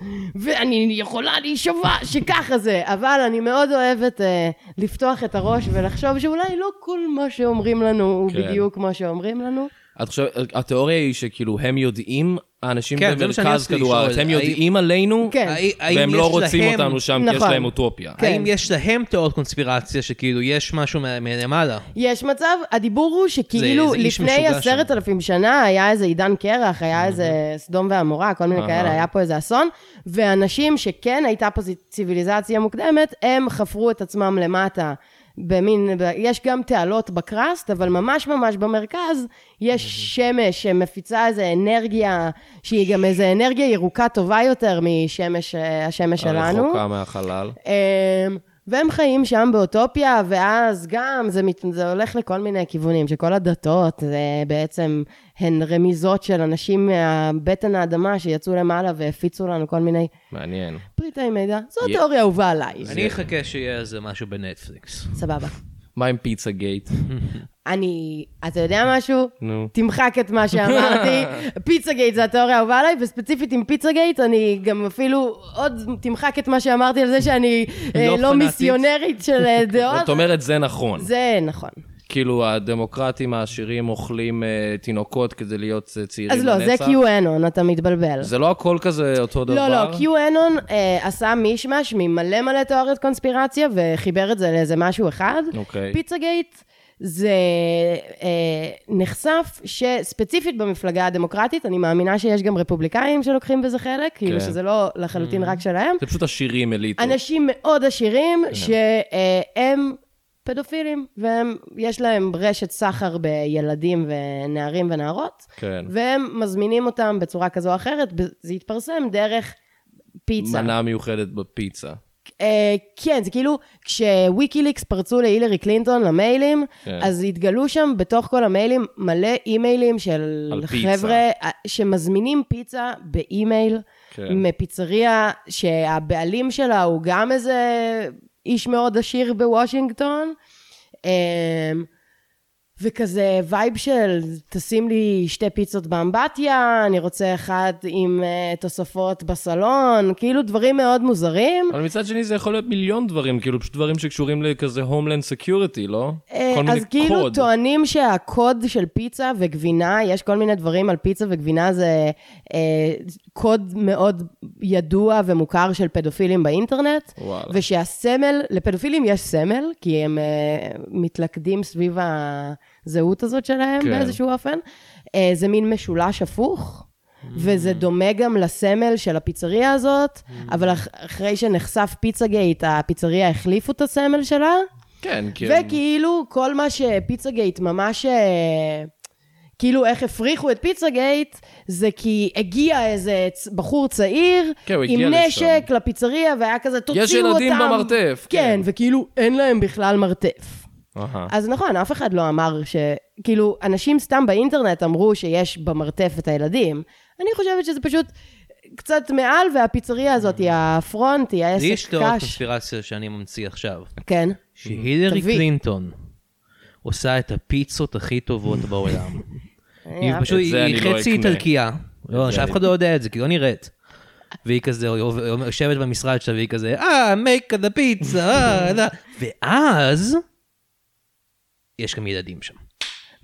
B: כן.
D: ואני יכולה להישבע שככה זה, אבל אני מאוד אוהבת אה, לפתוח את הראש ולחשוב שאולי לא כל מה שאומרים לנו הוא
B: כן.
D: בדיוק כמו שאומרים לנו.
B: את חושבת, התיאוריה היא שכאילו הם יודעים, האנשים
C: כן, זה מה שאני
B: במרכז
C: רציתי
B: כדור הארץ,
C: לשאול,
B: הם
C: האם-
B: יודעים עלינו,
D: כן.
C: האם- האם
B: והם
C: יש
B: לא רוצים
C: להם-
B: אותנו שם, כי יש
D: נכון.
B: להם אוטופיה. אה,
D: כן.
C: האם יש להם תיאוריות קונספירציה שכאילו יש משהו מה- מלמעלה?
D: יש מצב, הדיבור הוא שכאילו
C: זה איש
D: לפני
C: משוגע Mhm.
D: עשרת אלפים שנה היה איזה עידן קרח, היה איזה סדום ועמורה, כל מיני
B: אהה.
D: כאלה, היה פה איזה אסון, ואנשים שכן הייתה פה זי- ציוויליזציה מוקדמת, הם חפרו את עצמם למטה. במין, ב- יש גם תעלות בקרסט, אבל ממש ממש במרכז
C: Mhm.
D: יש שמש שמפיצה איזה אנרגיה, שהיא גם איזה אנרגיה ירוקה טובה יותר משמש, אה, השמש שלנו.
B: הרחוקה מהחלל.
D: אמ, והם חיים שם באוטופיה, ואז גם זה, מת... זה הולך לכל מיני כיוונים, שכל הדתות זה בעצם הן רמיזות של אנשים מהבטן האדמה שיצאו למעלה והפיצו לנו כל מיני
B: מעניין.
D: פריטי מידע. זו
B: יה-
D: התיאוריה האהובה עליי.
C: אני אחכה שיהיה איזה משהו בנטפליקס.
D: סבבה.
B: מה עם פיצה גייט?
D: Mm-hmm. אני, אתה יודע משהו?
B: נו.
D: תמחק את מה שאמרתי. פיצה גייט זה התיאוריה האהובה עליי, וספציפית עם פיצה גייט, אני גם אפילו עוד תמחק את מה שאמרתי על זה שאני אה,
C: לא
D: לא
C: פנאטית.
D: מיסיונרית של אה,
B: זאת
D: דעות.
B: אומרת, זה נכון.
D: זה נכון.
B: כאילו, הדמוקרטים העשירים אוכלים אה, תינוקות כדי להיות אה, צעירים
D: אז לא, זה
B: לנצח.
D: QAnon, אתה מתבלבל.
B: זה לא הכל כזה אותו דבר?
D: לא, לא, QAnon אה, עשה מישמש ממלא מלא תיאוריות קונספירציה וחיבר את זה לאיזה משהו אחד.
B: אוקיי.
D: פיצגייט זה אה, נחשף שספציפית במפלגה הדמוקרטית, אני מאמינה שיש גם רפובליקאים שלוקחים בזה חלק, כאילו
B: כן.
D: שזה לא לחלוטין רק שלהם.
B: זה כן. פשוט עשירים אליטות.
D: אנשים מאוד עשירים שהם פדופילים, והם, יש להם רשת סחר בילדים ונערים ונערות.
B: כן.
D: והם מזמינים אותם בצורה כזו או אחרת, ב- זה יתפרסם דרך פיצה.
B: מנה מיוחדת בפיצה.
D: אה, כן, זה כאילו, כשוויקיליקס פרצו להילרי קלינטון למיילים,
B: כן.
D: אז התגלו שם בתוך כל המיילים מלא אימיילים של
B: על פיצה.
D: חבר'ה אה, שמזמינים פיצה באימייל
B: כן.
D: מפיצריה שהבעלים שלה הוא גם איזה איש מאוד עשיר בוושינגטון. אמ, וכזה וייב של תשים לי שתי פיצות באמבטיה, אני רוצה אחת עם אה, תוספות בסלון, כאילו דברים מאוד מוזרים.
B: אבל מצד שני זה יכול להיות מיליון דברים, כאילו פשוט דברים שקשורים לכזה הומלנד סקיוריטי, לא?
D: אה,
B: כל מיני
D: אז כאילו
B: קוד.
D: טוענים שהקוד של פיצה וגבינה, יש כל מיני דברים על פיצה וגבינה, זה אה, קוד מאוד ידוע ומוכר של פדופילים באינטרנט.
B: וואלה.
D: ושהסמל, לפדופילים יש סמל, כי הם אה, מתלכדים סביב הזהות הזאת שלהם
B: כן.
D: כן. באיזשהו אופן. אה, זה מין משולש הפוך.
B: Mm.
D: וזה דומה גם לסמל של הפיצריה הזאת, אבל אח- אחרי שנחשף פיצגייט, הפיצריה החליפו את הסמל שלה,
B: כן, כן.
D: וכאילו כל מה שפיצגייט ממש... אה, כאילו איך הפריחו את פיצגייט, זה כי הגיע איזה צ- בחור צעיר,
B: כן, הוא הגיע
D: עם נשק
B: לשם.
D: לפיצריה, והיה כזה, תוציאו אותם.
B: ילדים במרתף,
D: כן,
B: כן.
D: וכאילו אין להם בכלל מרתף.
B: אהה.
D: אז נכון, אף אחד לא אמר ש... כאילו, אנשים סתם באינטרנט אמרו שיש במרתף את הילדים. אני חושבת שזה פשוט קצת מעל, והפיצריה הזאת
B: Mm.
D: היא הפרונט, היא
C: לי יש
D: העסק
C: תיאוריות
D: קש.
C: קונספירציה שאני ממציא עכשיו.
B: Mm-hmm.
D: כן.
C: שהילרי
D: תביא.
C: קלינטון עושה את הפיצות הכי טובות בעולם. היא
D: אה,
C: פשוט,
B: את זה
C: היא
B: אני לא
C: חצי
B: אקנה.
C: איטלקייה. לא,
B: זה
C: שאף
B: אני-
C: אחד לא יודע את זה, כי לא נראית. והיא כזה יוב- יושבת במשרד שלה, והיא כזה, אה, make the pizza, אה, לא. ואז, יש גם ילדים שם.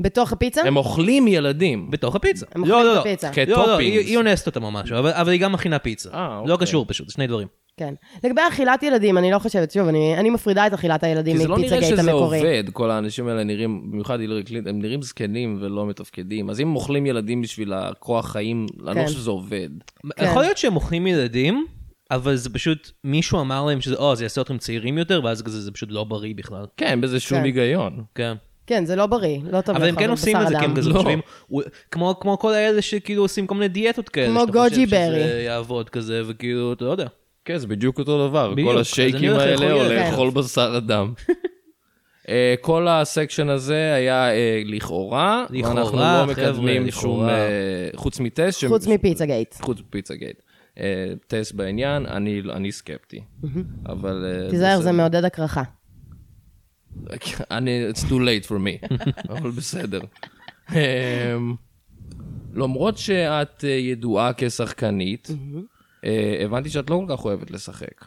D: בתוך הפיצה?
B: הם אוכלים ילדים.
C: בתוך הפיצה.
D: הם
C: לא,
D: אוכלים
C: לא,
D: את הפיצה.
C: לא. לא, לא,
B: כטופינגס.
C: היא היא אונסת אותה ממש, אבל אבל היא גם מכינה פיצה.
B: אה,
C: לא
B: אוקיי.
C: קשור פשוט, זה שני דברים.
D: כן. לגבי אכילת ילדים, אני לא חושבת, שוב, אני, אני מפרידה את אכילת הילדים
B: כי זה לא
D: מפיצה
B: נראה
D: גייט
B: שזה
D: המקורי.
B: עובד, כל האנשים האלה נראים, במיוחד הילרי קלינט, הם נראים זקנים ולא מתפקדים. אז אם הם אוכלים ילדים בשביל הכוח חיים, אני לא
D: כן.
B: חושב שזה עובד.
D: כן.
C: יכול להיות שהם אוכלים ילדים, אבל זה פשוט, מישהו אמר להם שזה, או, זה יעשה אותם צעירים יותר, ואז כזה, זה פשוט לא בריא בכלל.
B: כן, אין בזה שום
D: כן.
B: היגיון.
C: כן.
D: כן, זה לא בריא, לא טוב
C: אבל הם
D: לך,
C: כן
D: זה
C: עושים
D: בשר
C: את זה, כי הם
D: אדם.
C: כזה
B: לא.
C: חושבים, הוא- כמו כמו כל האלה שכאילו עושים כל מיני דיאטות כאלה.
D: כמו
C: שאתה
D: גוג'י
C: חושב שזה
D: ברי.
C: יעבוד כזה, וכאילו, אתה לא יודע.
B: כן, זה בדיוק אותו דבר.
C: בדיוק,
B: כל
C: אז אני
B: השייקים
C: הולך לאכול
B: האלה, או
C: ילד.
B: לאכול בשר אדם. אה, כל הסקשן הזה היה אה, לכאורה,
C: לכאורה,
B: ואנחנו לא
C: חבר'ה,
B: מקדמים שום,
C: לכאורה.
B: אה, חוץ מטסט, ש-
D: חוץ מפיצה גייט.
B: חוץ מפיצה גייט. אה, טסט בעניין, אני לא, אני סקפטי. אבל... אה,
D: תיזהר, זה
B: בסדר.
D: מעודד הקרחה.
B: אני, it's too late for me, אבל בסדר. אמ, למרות שאת אה, ידועה כשחקנית, אה, הבנתי שאת לא כל כך אוהבת לשחק.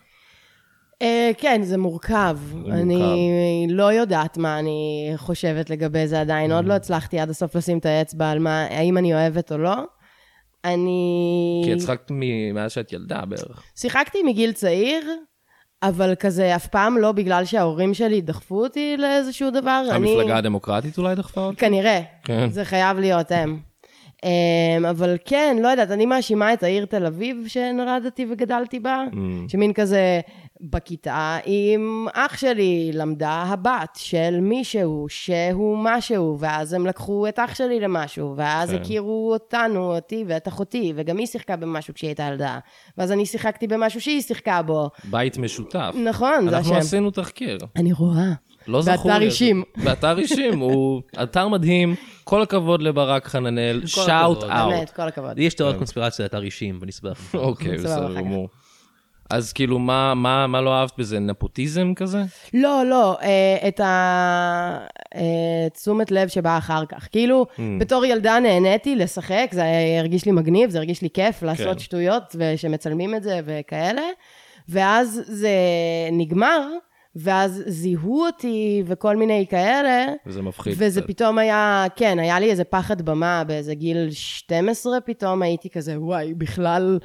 D: אה, כן, זה מורכב.
B: מורכב. Mm.
D: אני לא יודעת מה אני חושבת לגבי זה עדיין. עוד לא הצלחתי עד הסוף לשים את האצבע על מה, האם אני אוהבת או לא. אני...
B: כי את שחקת מ- מאז שאת ילדה בערך.
D: שיחקתי מגיל צעיר, אבל כזה אף פעם לא בגלל שההורים שלי דחפו אותי לאיזשהו דבר. אני-
B: המפלגה הדמוקרטית אולי דחפה אותך?
D: כנראה.
B: כן.
D: זה חייב להיות הם. אמ, אבל כן, לא יודעת, אני מאשימה את העיר תל אביב שנולדתי וגדלתי בה,
B: Mm.
D: שמין כזה בכיתה עם אח שלי למדה הבת של מישהו שהוא משהו, ואז הם לקחו את אח שלי למשהו, ואז
B: כן.
D: הכירו אותנו, אותי ואת אחותי, וגם היא שיחקה במשהו כשהיא הייתה ילדה, ואז אני שיחקתי במשהו שהיא שיחקה בו.
B: בית משותף.
D: כן. נכון, זה
B: אנחנו
D: השם.
B: עשינו תחקיר.
D: אני רואה.
B: לא
D: באתר
B: זכור לי.
D: אישים.
B: באתר אישים, הוא אתר מדהים. כל הכבוד לברק חננאל, שאוט
C: הכבוד.
B: אאוט.
D: באמת, כל הכבוד.
C: לי יש תיאוריית קונספירציה לאתר אישים, ואני אסביר.
B: אוקיי,
D: סבבה, אחר
B: בסדר
D: כך.
B: גמור. אז כאילו, מה- מה מה לא אהבת בזה? נפוטיזם כזה?
D: לא, לא, אה, את התשומת לב שבאה אחר כך. כאילו, בתור ילדה נהניתי לשחק, זה היה- הרגיש לי מגניב, זה הרגיש לי כיף לעשות שטויות, ושמצלמים את זה וכאלה, ואז זה נגמר, ואז זיהו אותי וכל מיני כאלה.
B: וזה מפחיד
D: וזה
B: קצת.
D: פתאום היה, כן, היה לי איזה פחד במה באיזה גיל 12, פתאום הייתי כזה, וואי, בכלל,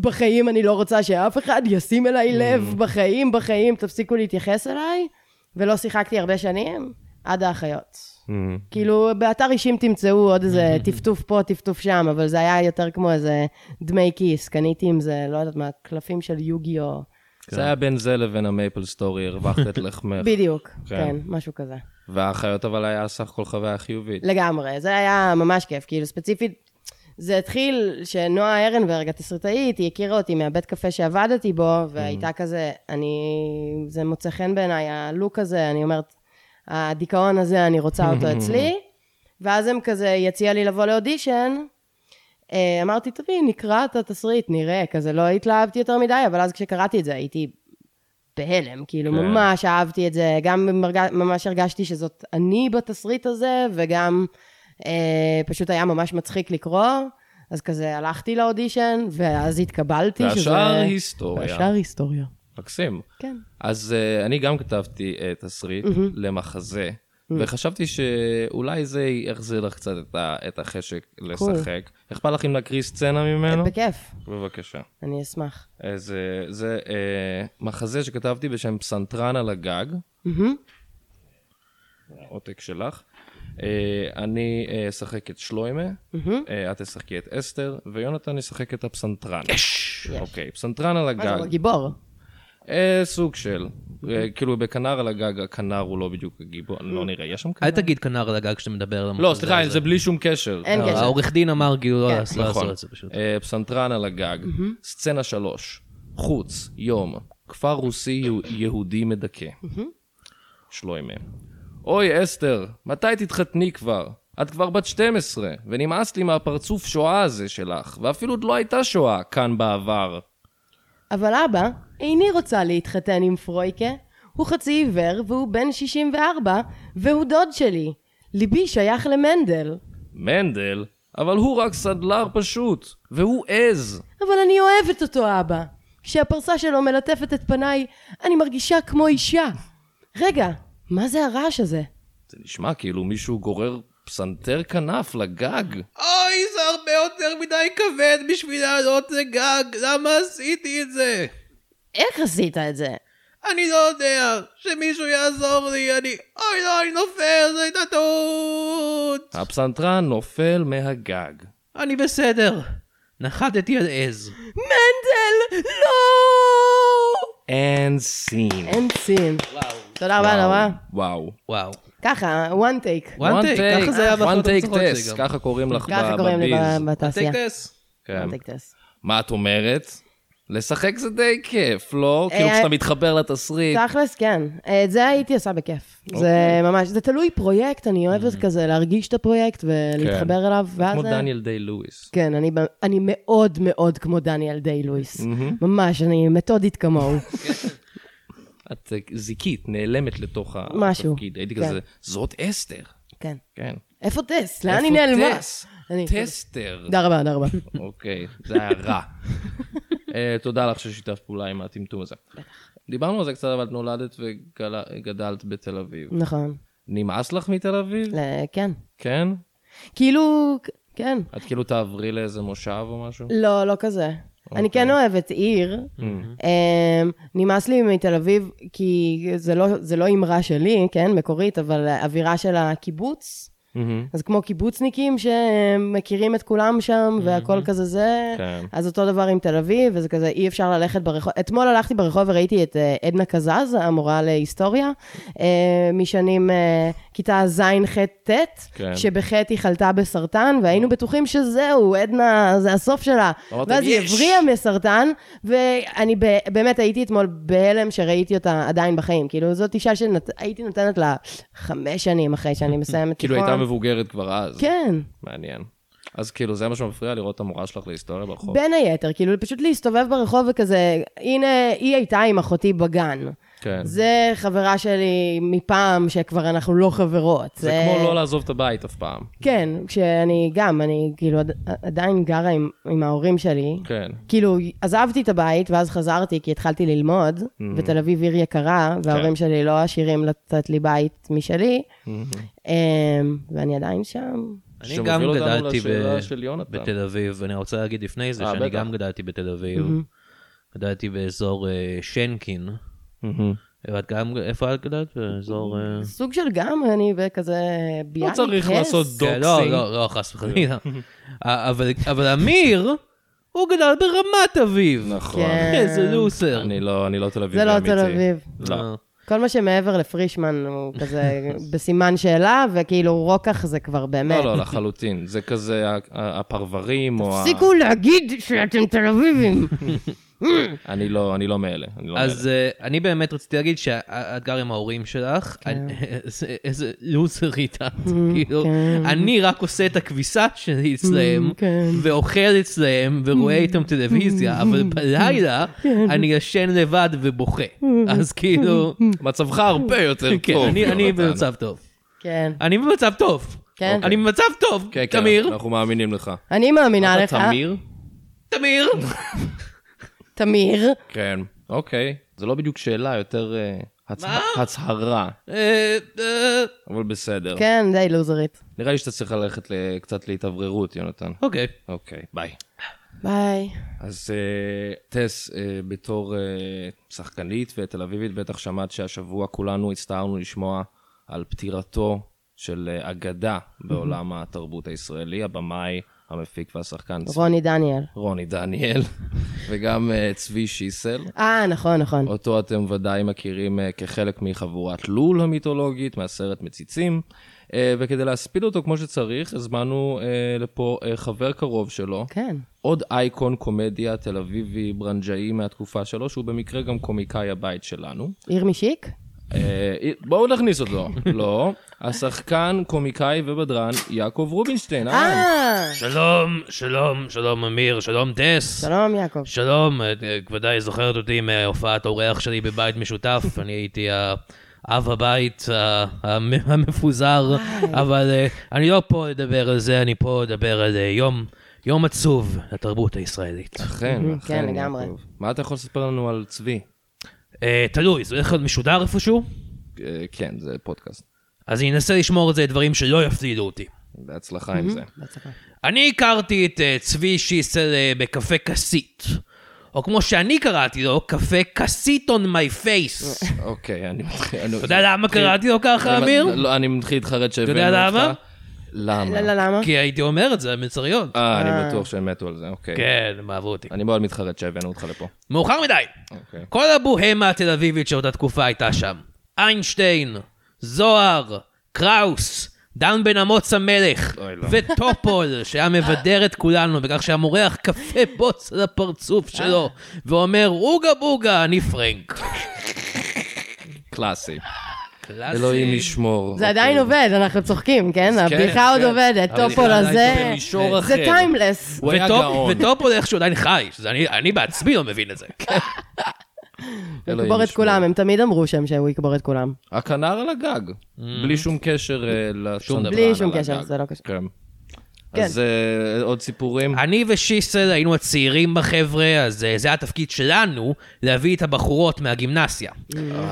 D: בחיים אני לא רוצה שאף אחד ישים
B: Mm.
D: אליי לב, בחיים, בחיים, תפסיקו להתייחס אליי, ולא שיחקתי הרבה שנים, עד האחיות. כאילו, באתר אישים תמצאו עוד איזה
B: Mm-hmm.
D: טפטוף פה, טפטוף שם, אבל זה היה יותר כמו איזה דמי כיס, קניתי עם זה, לא יודעת מה, קלפים של יוגי-או,
B: זה היה בין זה לבין המייפל סטורי, הרווחת את לחמך.
D: בדיוק,
B: כן.
D: כן, משהו כזה.
B: והאחיות אבל היה סך הכל חוויה חיובית.
D: לגמרי, זה היה ממש כיף. כאילו, ספציפית, זה התחיל שנועה ארנברג, התסריטאית, היא הכירה אותי מהבית קפה שעבדתי בו, והייתה כזה, אני... זה מוצא חן בעיניי, הלוק הזה, אני אומרת, הדיכאון הזה, אני רוצה אותו אצלי. ואז הם כזה, היא הציעה לי לבוא לאודישן. אה, אמרתי, תביא, נקרא את התסריט, נראה, כזה לא התלהבתי יותר מדי, אבל אז כשקראתי את זה הייתי בהלם, כאילו
B: כן.
D: ממש אהבתי את זה, גם מרג- ממש הרגשתי שזאת אני בתסריט הזה, וגם אה, פשוט היה ממש מצחיק לקרוא, אז כזה הלכתי לאודישן, ואז התקבלתי,
B: והשאר היסטוריה.
D: והשאר היסטוריה.
B: מקסים.
D: כן.
B: אז אה, אני גם כתבתי אה, תסריט למחזה, וחשבתי שאולי זה יחזיר לך קצת את ה- את החשק לשחק. אכפת לך אם נקריא סצנה ממנו?
D: בכיף,
B: בבקשה.
D: אני אשמח.
B: אה, זה, זה אה, מחזה שכתבתי בשם פסנתרן על הגג. העותק שלך. אה, אני אה, אשחק את שלוימה, אה, את תשחקי את אסתר, ויונתן ישחק את הפסנתרן. יש! אוקיי, פסנתרן על
D: מה זה,
B: הגג.
D: הוא גיבור?
B: אה, סוג של. אה, כאילו בכנר על הגג, הכנר הוא לא בדיוק הגיבור,
C: אה.
B: לא נראה, יש שם כנר?
C: אל תגיד כנר על הגג כשאתה מדבר על
B: לא,
C: המחזה
B: סליחה,
C: הזה.
B: זה בלי שום קשר.
D: אין
C: לא,
D: קשר.
C: העורך דין אמר כאילו לא
D: כן.
C: לעשות לא לעשות את זה פשוט.
B: אה, פסנתרן על הגג, סצנה שלוש, חוץ, יום, כפר רוסי יהו- יהודי מדכא. שלוימה. אוי, אסתר, מתי תתחתני כבר? את כבר בת 12, ונמאס לי מהפרצוף שואה הזה שלך, ואפילו עוד לא הייתה שואה כאן בעבר.
D: אבל אבא, איני רוצה להתחתן עם פרויקה. הוא חצי עיוור והוא בן 64, והוא דוד שלי. ליבי שייך למנדל.
B: מנדל, אבל הוא רק סדלר פשוט, והוא עז.
D: אבל אני אוהבת אותו, אבא. כשהפרסה שלו מלטפת את פניי, אני מרגישה כמו אישה. רגע, מה זה הרעש הזה?
B: זה נשמע כאילו מישהו גורר פסנתר כנף לגג.
C: אוי, זה הרבה יותר מדי כבד בשביל לעלות לגג, למה עשיתי את זה?
D: איך עשית את זה?
C: אני לא יודע, שמישהו יעזור לי, אני... אוי לא, אני נופל, זו הייתה טעות!
B: הפסנתרן נופל מהגג.
C: אני בסדר. נחתתי על עז.
D: מנדל, לא!
B: And scene.
D: אין סין. תודה רבה, נורא.
B: וואו.
C: וואו.
D: ככה, one take.
C: One take, ככה זה היה
B: one
C: בהחלטות
B: take
C: המצחיקות שלי
B: test,
C: גם.
B: ככה קוראים לך
D: ככה
B: ב-
D: קוראים לי
B: בביז.
D: ב- בתעשייה.
C: טייק טס.
B: כן.
D: One take test.
B: מה את אומרת? לשחק זה די כיף, לא? כאילו
D: אה,
B: כשאתה מתחבר לתסריט.
D: תכלס, כן. אה, את זה הייתי עושה בכיף.
B: אוקיי.
D: זה ממש, זה תלוי פרויקט, אני אוהבת כזה להרגיש את הפרויקט ולהתחבר אליו,
B: Mm.
D: ואז...
B: כן. כמו
D: אה,
B: דניאל דיי לואיס.
D: כן, אני, ב- אני מאוד מאוד כמו דניאל דיי לואיס.
B: Mm-hmm.
D: ממש, אני מתודית כמוהו.
B: את אה, זיקית, נעלמת לתוך התפקיד.
D: משהו,
B: הייתי
D: כן.
B: כזה, זאת אסתר.
D: כן.
B: כן.
D: איפה טס? לאן היא
B: איפה
D: נעלמה?
B: טס?
D: אני-
B: טסטר.
D: תודה רבה, תודה רבה.
B: אוקיי, זה היה רע. אה, תודה לך ששיתפת פעולה עם הטמטום הזה. דיברנו על זה קצת, אבל את נולדת וגדלת בתל אביב.
D: נכון.
B: נמאס לך מתל אביב?
D: ל- כן.
B: כן?
D: כאילו, כן.
B: את כאילו תעברי לאיזה מושב או משהו?
D: לא, לא כזה. אני כן אוהבת עיר. אמ, נמאס לי מתל אביב, כי זה לא- זה לא אמרה שלי, כן, מקורית, אבל אווירה של הקיבוץ.
B: מהמם.
D: אז כמו קיבוצניקים שמכירים את כולם שם, והכל כזה זה,
B: Mm-hmm. כן.
D: אז אותו דבר עם תל אביב, וזה כזה, אי אפשר ללכת ברחוב. אתמול הלכתי ברחוב וראיתי את אה, עדנה קזז, המורה להיסטוריה, אה, משנים אה, כיתה ז'-ח'-ט',
B: כן.
D: שבח' היא חלתה בסרטן, והיינו בטוחים שזהו, עדנה, זה הסוף שלה.
B: אמרתם,
D: ואז היא
B: "יש!"
D: הבריאה מסרטן, ואני ב- באמת הייתי אתמול בהלם שראיתי אותה עדיין בחיים. כאילו, זאת אישה שהייתי נותנת לה חמש שנים אחרי שאני מסיימת
B: כאילו
D: תיכון.
B: הייתה מבוגרת כבר אז.
D: כן,
B: מעניין. אז כאילו זה מה שמפריע לראות את המורה שלך להיסטוריה ברחוב.
D: בין היתר, כאילו פשוט להסתובב ברחוב וכזה, הנה, היא הייתה עם אחותי בגן.
B: כן.
D: זה חברה שלי מפעם שכבר אנחנו לא חברות.
B: זה כמו לא לעזוב את הבית אף פעם.
D: כן, כשאני גם, אני כאילו עד- עדיין גרה עם, עם ההורים שלי.
B: כן.
D: כאילו, עזבתי את הבית, ואז חזרתי, כי התחלתי ללמוד, ותל אביב עיר יקרה,
B: כן.
D: וההורים שלי לא עשירים לתת לי בית משלי, אמ, ואני עדיין שם.
C: אני
B: שמוביל
C: גם
B: אותנו
C: גדלתי
B: לשאלה
C: ב-
B: של יונתן.
C: בתל אביב, ואני רוצה להגיד לפני זה
B: אה,
C: שאני
B: בטח.
C: גם גדלתי בתל אביב. גדלתי באזור אה, שנקין. ואת גם, איפה את גדלת? באזור... אה,
D: סוג של גם, אני בכזה ביאליק
B: לא צריך
D: הס.
B: לעשות
C: כן,
B: דוקסינג.
C: לא, לא, לא, חס וחלילה. אה, אבל- אבל אמיר, הוא גדל ברמת אביב.
B: נכון.
D: כן.
C: איזה לוסר. אה,
B: אני לא, אני לא תל אביב
D: זה לא תל אביב.
B: לא.
D: אה, כל מה שמעבר לפרישמן הוא כזה בסימן שאלה, וכאילו רוקח זה כבר
B: לא,
D: באמת.
B: לא, לחלוטין. זה כזה ה- ה- הפרברים או ה...
D: תפסיקו להגיד שאתם תל אביבים.
B: אני לא, אני לא מאלה. אני לא מאלה.
C: אז אה, אני באמת רציתי להגיד שאת גר עם ההורים שלך,
D: כן.
C: אני- איזה- איזה לוזרית את,
D: Mm,
C: כאילו, אני רק עושה את הכביסה שלי אצלהם,
D: כן. Mm.
C: ואוכל אצלהם, ורואה איתם טלוויזיה, אבל בלילה
D: כן.
C: אני ישן לבד ובוכה.
D: Mm.
C: אז כאילו,
B: מצבך הרבה יותר
C: כן,
B: טוב.
C: אני- אני
B: יונתן.
C: במצב טוב.
D: כן.
C: אני במצב טוב.
D: כן.
C: אני במצב טוב,
B: כן, כן,
C: תמיר.
B: אנחנו מאמינים לך.
D: אני מאמינה לך.
B: אתה תמיר?
C: תמיר.
D: תמיר.
B: כן. אוקיי. זה לא בדיוק שאלה, יותר אה, הצ- הצהרה,
C: אה, אה,
B: אבל בסדר.
D: כן, די לוזרית.
B: נראה לי שאתה צריך ללכת ל- קצת להתאווררות, יונתן.
C: אוקיי.
B: אוקיי, ביי.
D: ביי.
B: אז אה, טס, אה, בתור אה, שחקנית ותל אביבית, בטח שמעת שהשבוע כולנו הצטערנו לשמוע על פטירתו של אה, אגדה בעולם התרבות הישראלי, הבמאי, המפיק והשחקן צ-
D: רוני דניאל.
B: רוני דניאל, וגם אה, צבי שיסל.
D: אה, נכון, נכון.
B: אותו אתם ודאי מכירים אה, כחלק מחבורת לול המיתולוגית, מהסרט מציצים. אה, וכדי להספיד אותו כמו שצריך, הזמנו אה, לפה אה, חבר קרוב שלו,
D: כן.
B: עוד אייקון קומדיה תל אביבי ברנג'אי מהתקופה שלו, שהוא במקרה גם קומיקאי הבית שלנו.
D: עיר משיק?
B: אה, בואו נכניס אותו. לא. השחקן, קומיקאי ובדרן, יעקב רובינשטיין. אהלן.
D: אה,
C: שלום, שלום, שלום אמיר, שלום טס.
D: שלום יעקב.
C: שלום, את, אה, ודאי זוכרת אותי מהופעת אורח שלי בבית משותף, אני הייתי ה... אב הבית ה- המ- המפוזר, אבל אה, אני לא פה לדבר על זה, אני פה לדבר על אה, יום, יום עצוב לתרבות הישראלית.
B: אכן,
D: Mhm,
B: אכן.
D: כן, לגמרי.
B: יעקב. מה אתה יכול לספר לנו על צבי?
C: אה, תלוי, זה הולך להיות משודר איפשהו?
B: אה, כן, זה פודקאסט.
C: אז אני אנסה לשמור את זה לדברים שלא יפלידו אותי.
B: בהצלחה עם זה.
D: בהצלחה.
C: אני הכרתי את אה, צבי שיסל אה, בקפה כסית. או כמו שאני קראתי לו, קפה קסית on my face.
B: אוקיי, אני מתחיל...
C: אתה יודע למה קראתי לו ככה, אמיר?
B: לא, אני מתחיל להתחרט שהבאנו
C: יודע
B: אותך.
C: למה?
B: למה?
D: לא, לא, למה?
B: כאילו,
C: כי הייתי אומר את זה, המצריות.
B: אה, אני בטוח שהם מתו על זה, אוקיי.
C: כן, הם אהבו אותי.
B: אני מאוד מתחרט שהבאנו אותך לפה.
C: מאוחר מדי.
B: אוקיי.
C: כל הבוהמה התל אביבית של אותה תקופה הייתה שם. איינשטיין, זוהר, קראוס, דן בן אמוץ המלך,
B: אוי, לא.
C: וטופול, שהיה מבדר את כולנו בכך שהיה מורח קפה בוץ על הפרצוף שלו, ואומר, אוגה בוגה, אני פרנק.
B: קלאסי.
C: קלאסי.
B: אלוהים ישמור.
D: אה,
B: אוקיי.
D: זה עדיין עובד, אנחנו צוחקים, כן? הבדיחה עוד
B: כן.
D: עובדת,
B: הבדיחה
D: טופול
B: עדיין
D: הזה,
B: במישור
D: זה
B: אחר.
D: טיימלס.
B: הוא היה
C: וטופ-
B: גאון.
C: וטופול איכשהו עדיין חי, שזה אני- אני בעצמי לא מבין את זה.
D: הוא
B: אלוהים
D: יקבור את
B: ישמור.
D: כולם, הם תמיד אמרו שם שהוא יקבור את כולם.
B: הכנר על הגג, בלי שום קשר אה, לשום דבר.
C: דבר.
D: בלי שום
B: על
D: קשר,
B: הגג.
D: זה לא קשור.
B: כן.
D: כן.
B: אז אה, עוד סיפורים?
C: אני ושיסל היינו הצעירים בחבר'ה, אז אה, זה היה התפקיד שלנו, להביא את הבחורות מהגימנסיה.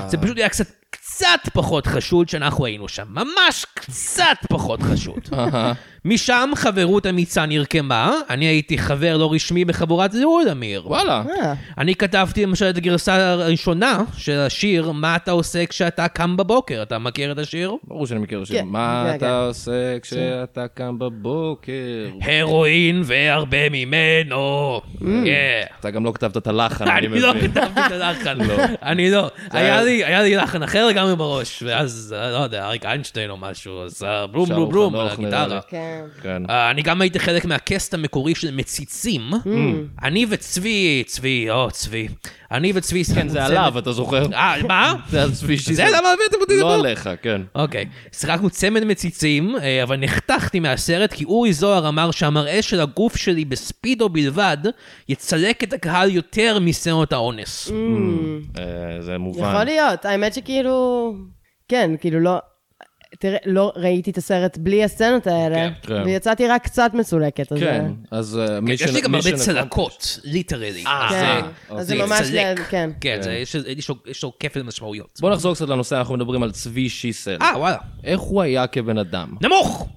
C: זה פשוט היה קצת, קצת פחות חשוד שאנחנו היינו שם. ממש קצת פחות חשוד.
B: אה.
C: משם חברות אמיצה נרקמה, אני הייתי חבר לא רשמי בחבורת זהול, אמיר.
B: וואלה.
D: אה,
C: אני כתבתי למשל את הגרסה הראשונה של השיר, מה אתה עושה כשאתה קם בבוקר, אתה מכיר את השיר?
B: ברור שאני מכיר
D: כן,
B: שיר. מה
D: זה הגג.
B: אתה עושה כשאתה קם בבוקר?
C: הרואין והרבה ממנו. Yeah.
B: אתה גם לא כתבת את הלחן, אני
C: אני לא
B: מבין.
C: כתבתי את הלחן, אני לא. היה לי היה לי לחן אחר לגמרי בראש, ואז, אה, לא יודע, אריק איינשטיין או משהו, אז אה, ברום ברום
B: שאול
C: ברום על
B: חנוך, נראה
C: הגיטרה.
B: לי.
D: כן.
B: כן.
C: אה, אני גם הייתי חלק מהקסט המקורי של מציצים.
B: Mm.
C: אני וצבי, צבי, או צבי, אני וצבי...
B: כן, זה עליו, אתה זוכר?
C: אה, מה?
B: זה על צבי
C: זה
B: שיסל.
C: למה הבאתם אותי לפה?
B: לא עליך, כן.
C: אוקיי. שיחקנו צמד מציצים, אה, אבל נחתכתי מהסרט כי אורי זוהר אמר שהמראה של הגוף שלי בספידו בלבד יצלק את הקהל יותר מסצנות
B: Mm.
C: האונס.
B: אה, זה מובן.
D: יכול להיות, האמת שכאילו... כן, כאילו לא... תראה, לא ראיתי את הסרט בלי הסצנות האלה,
B: כן.
D: ויצאתי רק קצת מצולקת, אז...
B: כן, אז אה, מי ש...
C: יש לי גם
B: מי
C: הרבה
B: שנ-
C: צלקות, ליטרלי.
D: כן,
B: אה,
D: אז זה
B: אוקיי.
D: ממש... לב, כן.
C: כן, זה- יש- יש לו- יש לו כפל משמעויות.
B: בוא נחזור קצת לנושא, אנחנו מדברים על צבי שיסל.
C: אה, וואלה.
B: איך הוא היה כבן אדם?
C: נמוך!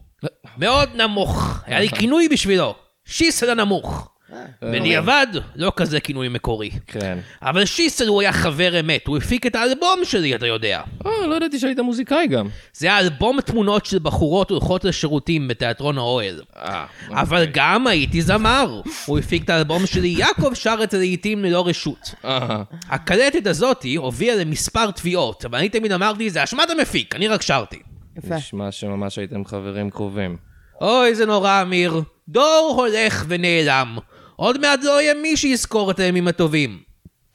C: מאוד נמוך. היה לי
B: אה.
C: כינוי בשבילו. שיסל הנמוך.
D: אה.
C: בדיעבד, לא כזה כינוי מקורי.
B: כן.
C: אבל שיסל הוא היה חבר אמת, הוא הפיק את האלבום שלי, אתה יודע.
B: אה, לא ידעתי שהיית מוזיקאי גם.
C: זה היה אלבום תמונות של בחורות הולכות לשירותים בתיאטרון האוהל.
B: אה,
C: אבל גם הייתי זמר. הוא הפיק את האלבום שלי, יעקב שר את הלעיתים ללא רשות.
B: אה,
C: הקלטת הזאתי הובילה למספר תביעות, אבל אני תמיד אמרתי, זה אשמת המפיק, אני רק שרתי.
D: יפה.
B: נשמע שממש הייתם חברים קרובים.
C: אוי, זה נורא, אמיר. דור הולך ונעלם. עוד מעט לא יהיה מי שיזכור את הימים הטובים.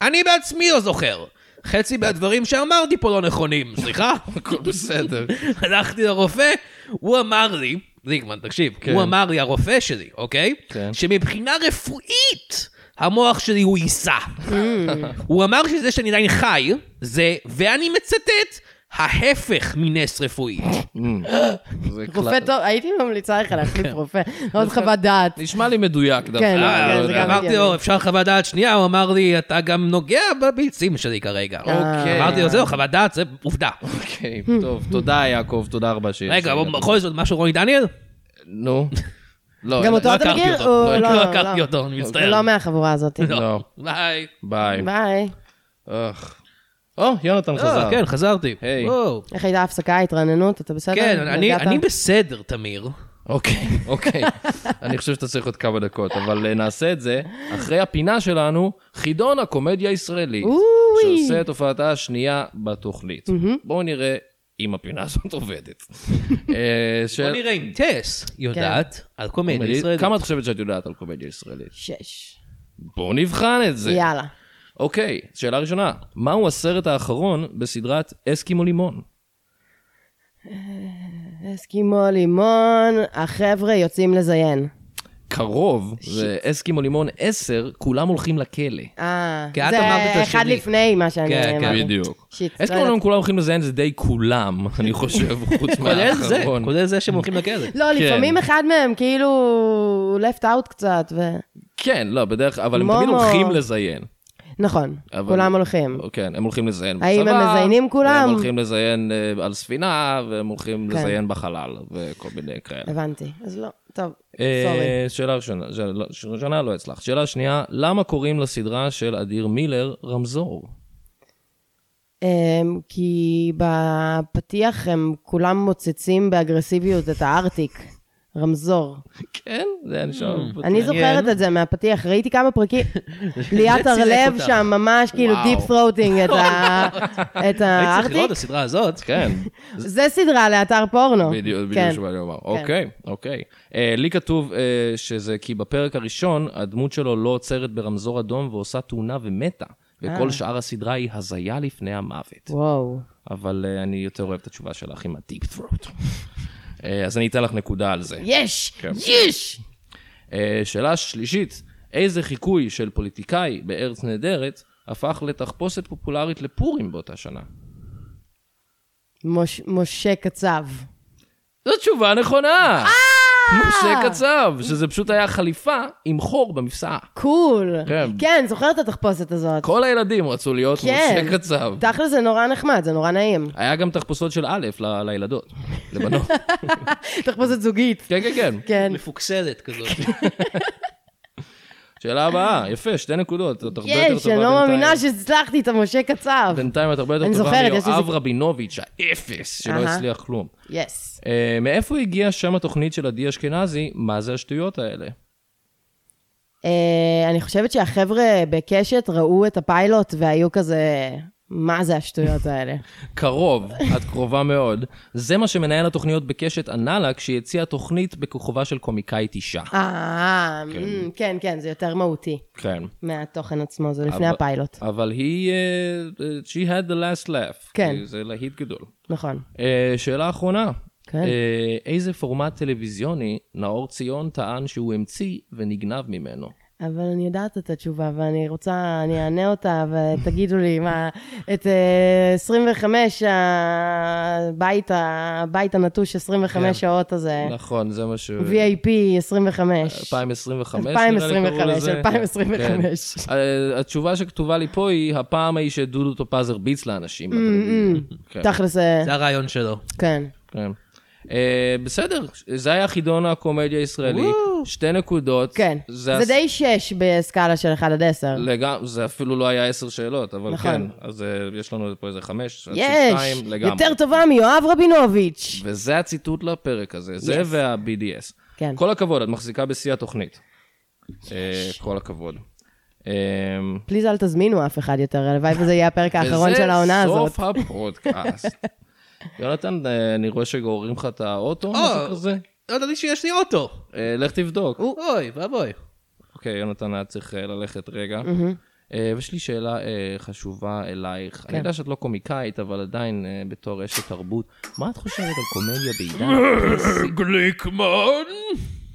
C: אני בעצמי לא זוכר. חצי מהדברים שאמרתי פה לא נכונים, סליחה?
B: הכל בסדר.
C: הלכתי לרופא, הוא אמר לי, זיגמן, תקשיב,
B: כן.
C: הוא אמר לי, הרופא שלי, אוקיי?
B: כן.
C: שמבחינה רפואית, המוח שלי הוא עיסה.
D: Mm.
C: הוא אמר שזה שאני עדיין חי, זה, ואני מצטט, ההפך מנס רפואי.
D: כן,
B: זה
D: רופא
B: קלאס.
D: טוב, הייתי ממליצה לך
C: כן.
D: להחליף רופא, עוד חוות דעת.
B: נשמע לי מדויק דווקא.
D: כן,
B: אני
D: כן,
B: לא
D: זה
B: יודע.
D: גם-
C: אה, אמרתי לו, אפשר חוות דעת שנייה? הוא אמר לי, אתה גם נוגע בביצים שלי כרגע.
D: אוקיי.
C: אמרתי לו, זהו, חוות דעת, זה עובדה.
B: אוקיי,
D: Hmm.
B: טוב, תודה יעקב, תודה רבה שיש. אה,
C: רגע, בכל זאת, משהו רוני דניאל?
B: נו. לא,
D: גם אותו
C: לא
D: אתה
C: הכרתי
D: מכיר?
C: אותו.
D: הוא-
C: לא
D: לא,
C: הכרתי
D: לא.
C: אותו, אני
D: הוא לא
C: מצטער.
D: מהחבורה הזאת.
B: לא.
C: ביי.
B: ביי.
D: ביי.
B: אוח. או, יונתן
C: אה,
B: חזר.
C: כן, חזרתי.
B: היי.
C: וואו.
D: איך הייתה ההפסקה, התרעננות, אתה בסדר?
C: כן, אני-
D: הגעת?
C: אני בסדר, תמיר.
B: אוקיי, אוקיי. אני חושב שאתה צריך עוד כמה דקות, אבל אה, נעשה את זה. אחרי הפינה שלנו, חידון הקומדיה הישראלית,
D: אוי.
B: שעושה את הופעתה השנייה בתוכנית. בואו נראה אם הפינה הזאת עובדת. אה, של-
C: בוא נראה אם טס יודעת על קומדיה ישראלית.
B: כמה את חושבת שאת יודעת על קומדיה ישראלית?
D: שש.
B: בואו נבחן את זה.
D: יאללה.
B: אוקיי, שאלה ראשונה. מהו הסרט האחרון בסדרת אסקימו לימון?
D: אסקימו לימון, החבר'ה יוצאים לזיין.
B: קרוב, זה אסקימו לימון 10, כולם הולכים לכלא.
D: אה,
C: כי את אמרת את
D: זה אחד
C: השני.
D: לפני מה שאני
C: כן, כן,
D: אמרתי.
B: בדיוק.
D: שיט, לא
B: אסקימו לימון
D: יודעת.
B: כולם הולכים לזיין זה די כולם, אני חושב, חוץ
C: כולל זה,
B: מהאחרון.
C: כולל זה שהם הולכים לכלא.
D: לא,
B: כן.
D: לפעמים אחד מהם כאילו left out קצת, ו...
B: כן, לא, בדרך כלל, אבל הם
D: מומו.
B: תמיד הולכים לזיין.
D: נכון,
B: אבל-
D: כולם הולכים.
B: כן, הם הולכים לזיין בצבא.
D: האם הם מזיינים כולם?
B: הם הולכים לזיין אה, על ספינה, והם הולכים
D: כן.
B: לזיין בחלל, וכל מיני כאלה.
D: הבנתי, אז לא, טוב,
B: אה,
D: סורי.
B: שאלה ראשונה, שאלה ראשונה לא הצלחת. שאלה שנייה, למה קוראים לסדרה של אדיר מילר רמזור?
D: אמ, כי בפתיח הם כולם מוצצים באגרסיביות את הארטיק, רמזור.
B: כן, זה היה נשאר... בטוח.
D: אני זוכרת את זה מהפתיח, ראיתי כמה פרקים, ליאת
C: זה צירף
D: הרלב
C: אותך.
D: שם ממש כאילו
B: וואו.
D: דיפ ת'רוטינג את ה- את
C: הייתי צריך לראות
D: הארטיק.
C: את הסדרה הזאת.
B: כן,
D: זה סדרה לאתר פורנו.
B: בדיוק,
D: כן.
B: בדיוק שמה אני אומר. אוקיי, אוקיי. אה, לי כתוב אה, שזה כי בפרק הראשון, הדמות שלו לא עוצרת ברמזור אדום ועושה תאונה ומתה, וכל שאר הסדרה היא הזיה לפני המוות.
D: וואו.
B: אבל אה, אני יותר אוהב את התשובה שלך עם הדיפ throat. אה, אז אני אתן לך נקודה על זה.
D: יש!
B: כן.
D: יש!
B: אה, שאלה שלישית, איזה חיקוי של פוליטיקאי בארץ נהדרת הפך לתחפושת פופולרית לפורים באותה שנה?
D: מוש- משה קצב.
B: זו תשובה נכונה!
D: אה!
B: משה קצב, שזה פשוט היה חליפה עם חור במפסעה.
D: קול.
B: כן.
D: כן, זוכרת את התחפושת הזאת.
B: כל הילדים רצו להיות
D: כן.
B: משה קצב.
D: תכל'ס זה נורא נחמד, זה נורא נעים.
B: היה גם תחפושות של א' ל- לילדות, לבנות.
D: תחפושת זוגית.
B: כן, כן, כן.
D: כן.
C: מפוקסלת כזאת.
B: שאלה הבאה, יפה, שתי נקודות. את הרבה יותר
D: יש,
B: טובה
D: אני לא מאמינה
B: בינתיים.
D: שהצלחתי את המשה קצב.
B: בינתיים את הרבה יותר
D: אני
B: טובה
D: זוכרת, יש לי
B: מיואב
D: זה-
B: רבינוביץ', האפס, שלא
D: אהה.
B: הצליח כלום.
D: יס.
B: אה, מאיפה הגיע שם התוכנית של עדי אשכנזי, מה זה השטויות האלה?
D: אה, אני חושבת שהחבר'ה בקשת ראו את הפיילוט והיו כזה, מה זה השטויות האלה?
B: קרוב, את קרובה מאוד. זה מה שמנהל התוכניות בקשת ענה לה כשהיא הציעה תוכנית בכוכבה של קומיקאית אישה.
D: אה, אמ, כן, כן, זה יותר מהותי
B: כן.
D: מהתוכן עצמו, זה לפני
B: אבל-
D: הפיילוט.
B: אבל היא, אה, אה, she had the last laugh.
D: כן.
B: כי זה להיט גדול.
D: נכון.
B: אה, שאלה אחרונה.
D: כן.
B: אה, איזה פורמט טלוויזיוני נאור ציון טען שהוא המציא ונגנב ממנו?
D: אבל אני יודעת את התשובה, ואני רוצה, אני אענה אותה, ותגידו לי מה, את אה, 25, הבית, הבית הנטוש
B: כן.
D: 25 שעות הזה,
B: נכון, זה מה ש...
D: VIP 25.
B: 2025,
D: 2025, 2025.
B: אה, התשובה שכתובה לי פה היא, הפעם ההיא שדודו טופז הרביץ לאנשים בטלוויזיה. כן,
D: תכל'ס, אה,
C: זה הרעיון שלו.
D: כן.
B: כן. אה, בסדר, זה היה חידון הקומדיה הישראלי, שתי נקודות.
D: כן.
B: זה
D: זה
B: הס-
D: די שש בסקאלה של 1 עד 10.
B: לגמרי, זה אפילו לא היה עשר שאלות, אבל
D: נכון.
B: כן, אז אה, יש לנו פה איזה חמש, עד
D: יש!
B: שתיים, לגמרי.
D: יותר טובה מיואב רבינוביץ'.
B: וזה הציטוט לפרק הזה, זה
D: Yes.
B: וה-BDS.
D: כן.
B: כל הכבוד, את מחזיקה בשיא התוכנית. אה, כל הכבוד. אה,
D: פליז אל תזמינו אף אחד יותר, הלוואי וזה יהיה הפרק האחרון של העונה הזאת.
B: וזה סוף הפודקאסט. יונתן, אה, אני רואה שגוררים לך את האוטו,
C: או.
B: משהו כזה.
C: לא ידעתי שיש לי אוטו.
B: אה, לך תבדוק.
C: אוי ואבוי.
B: אוקיי, יונתן היה צריך אה, ללכת רגע. אה, ויש לי שאלה אה, חשובה אלייך.
D: כן.
B: אני יודע שאת לא קומיקאית, אבל עדיין אה, בתור אשת תרבות, מה את חושבת על קומדיה בעידן?
C: גליקמן.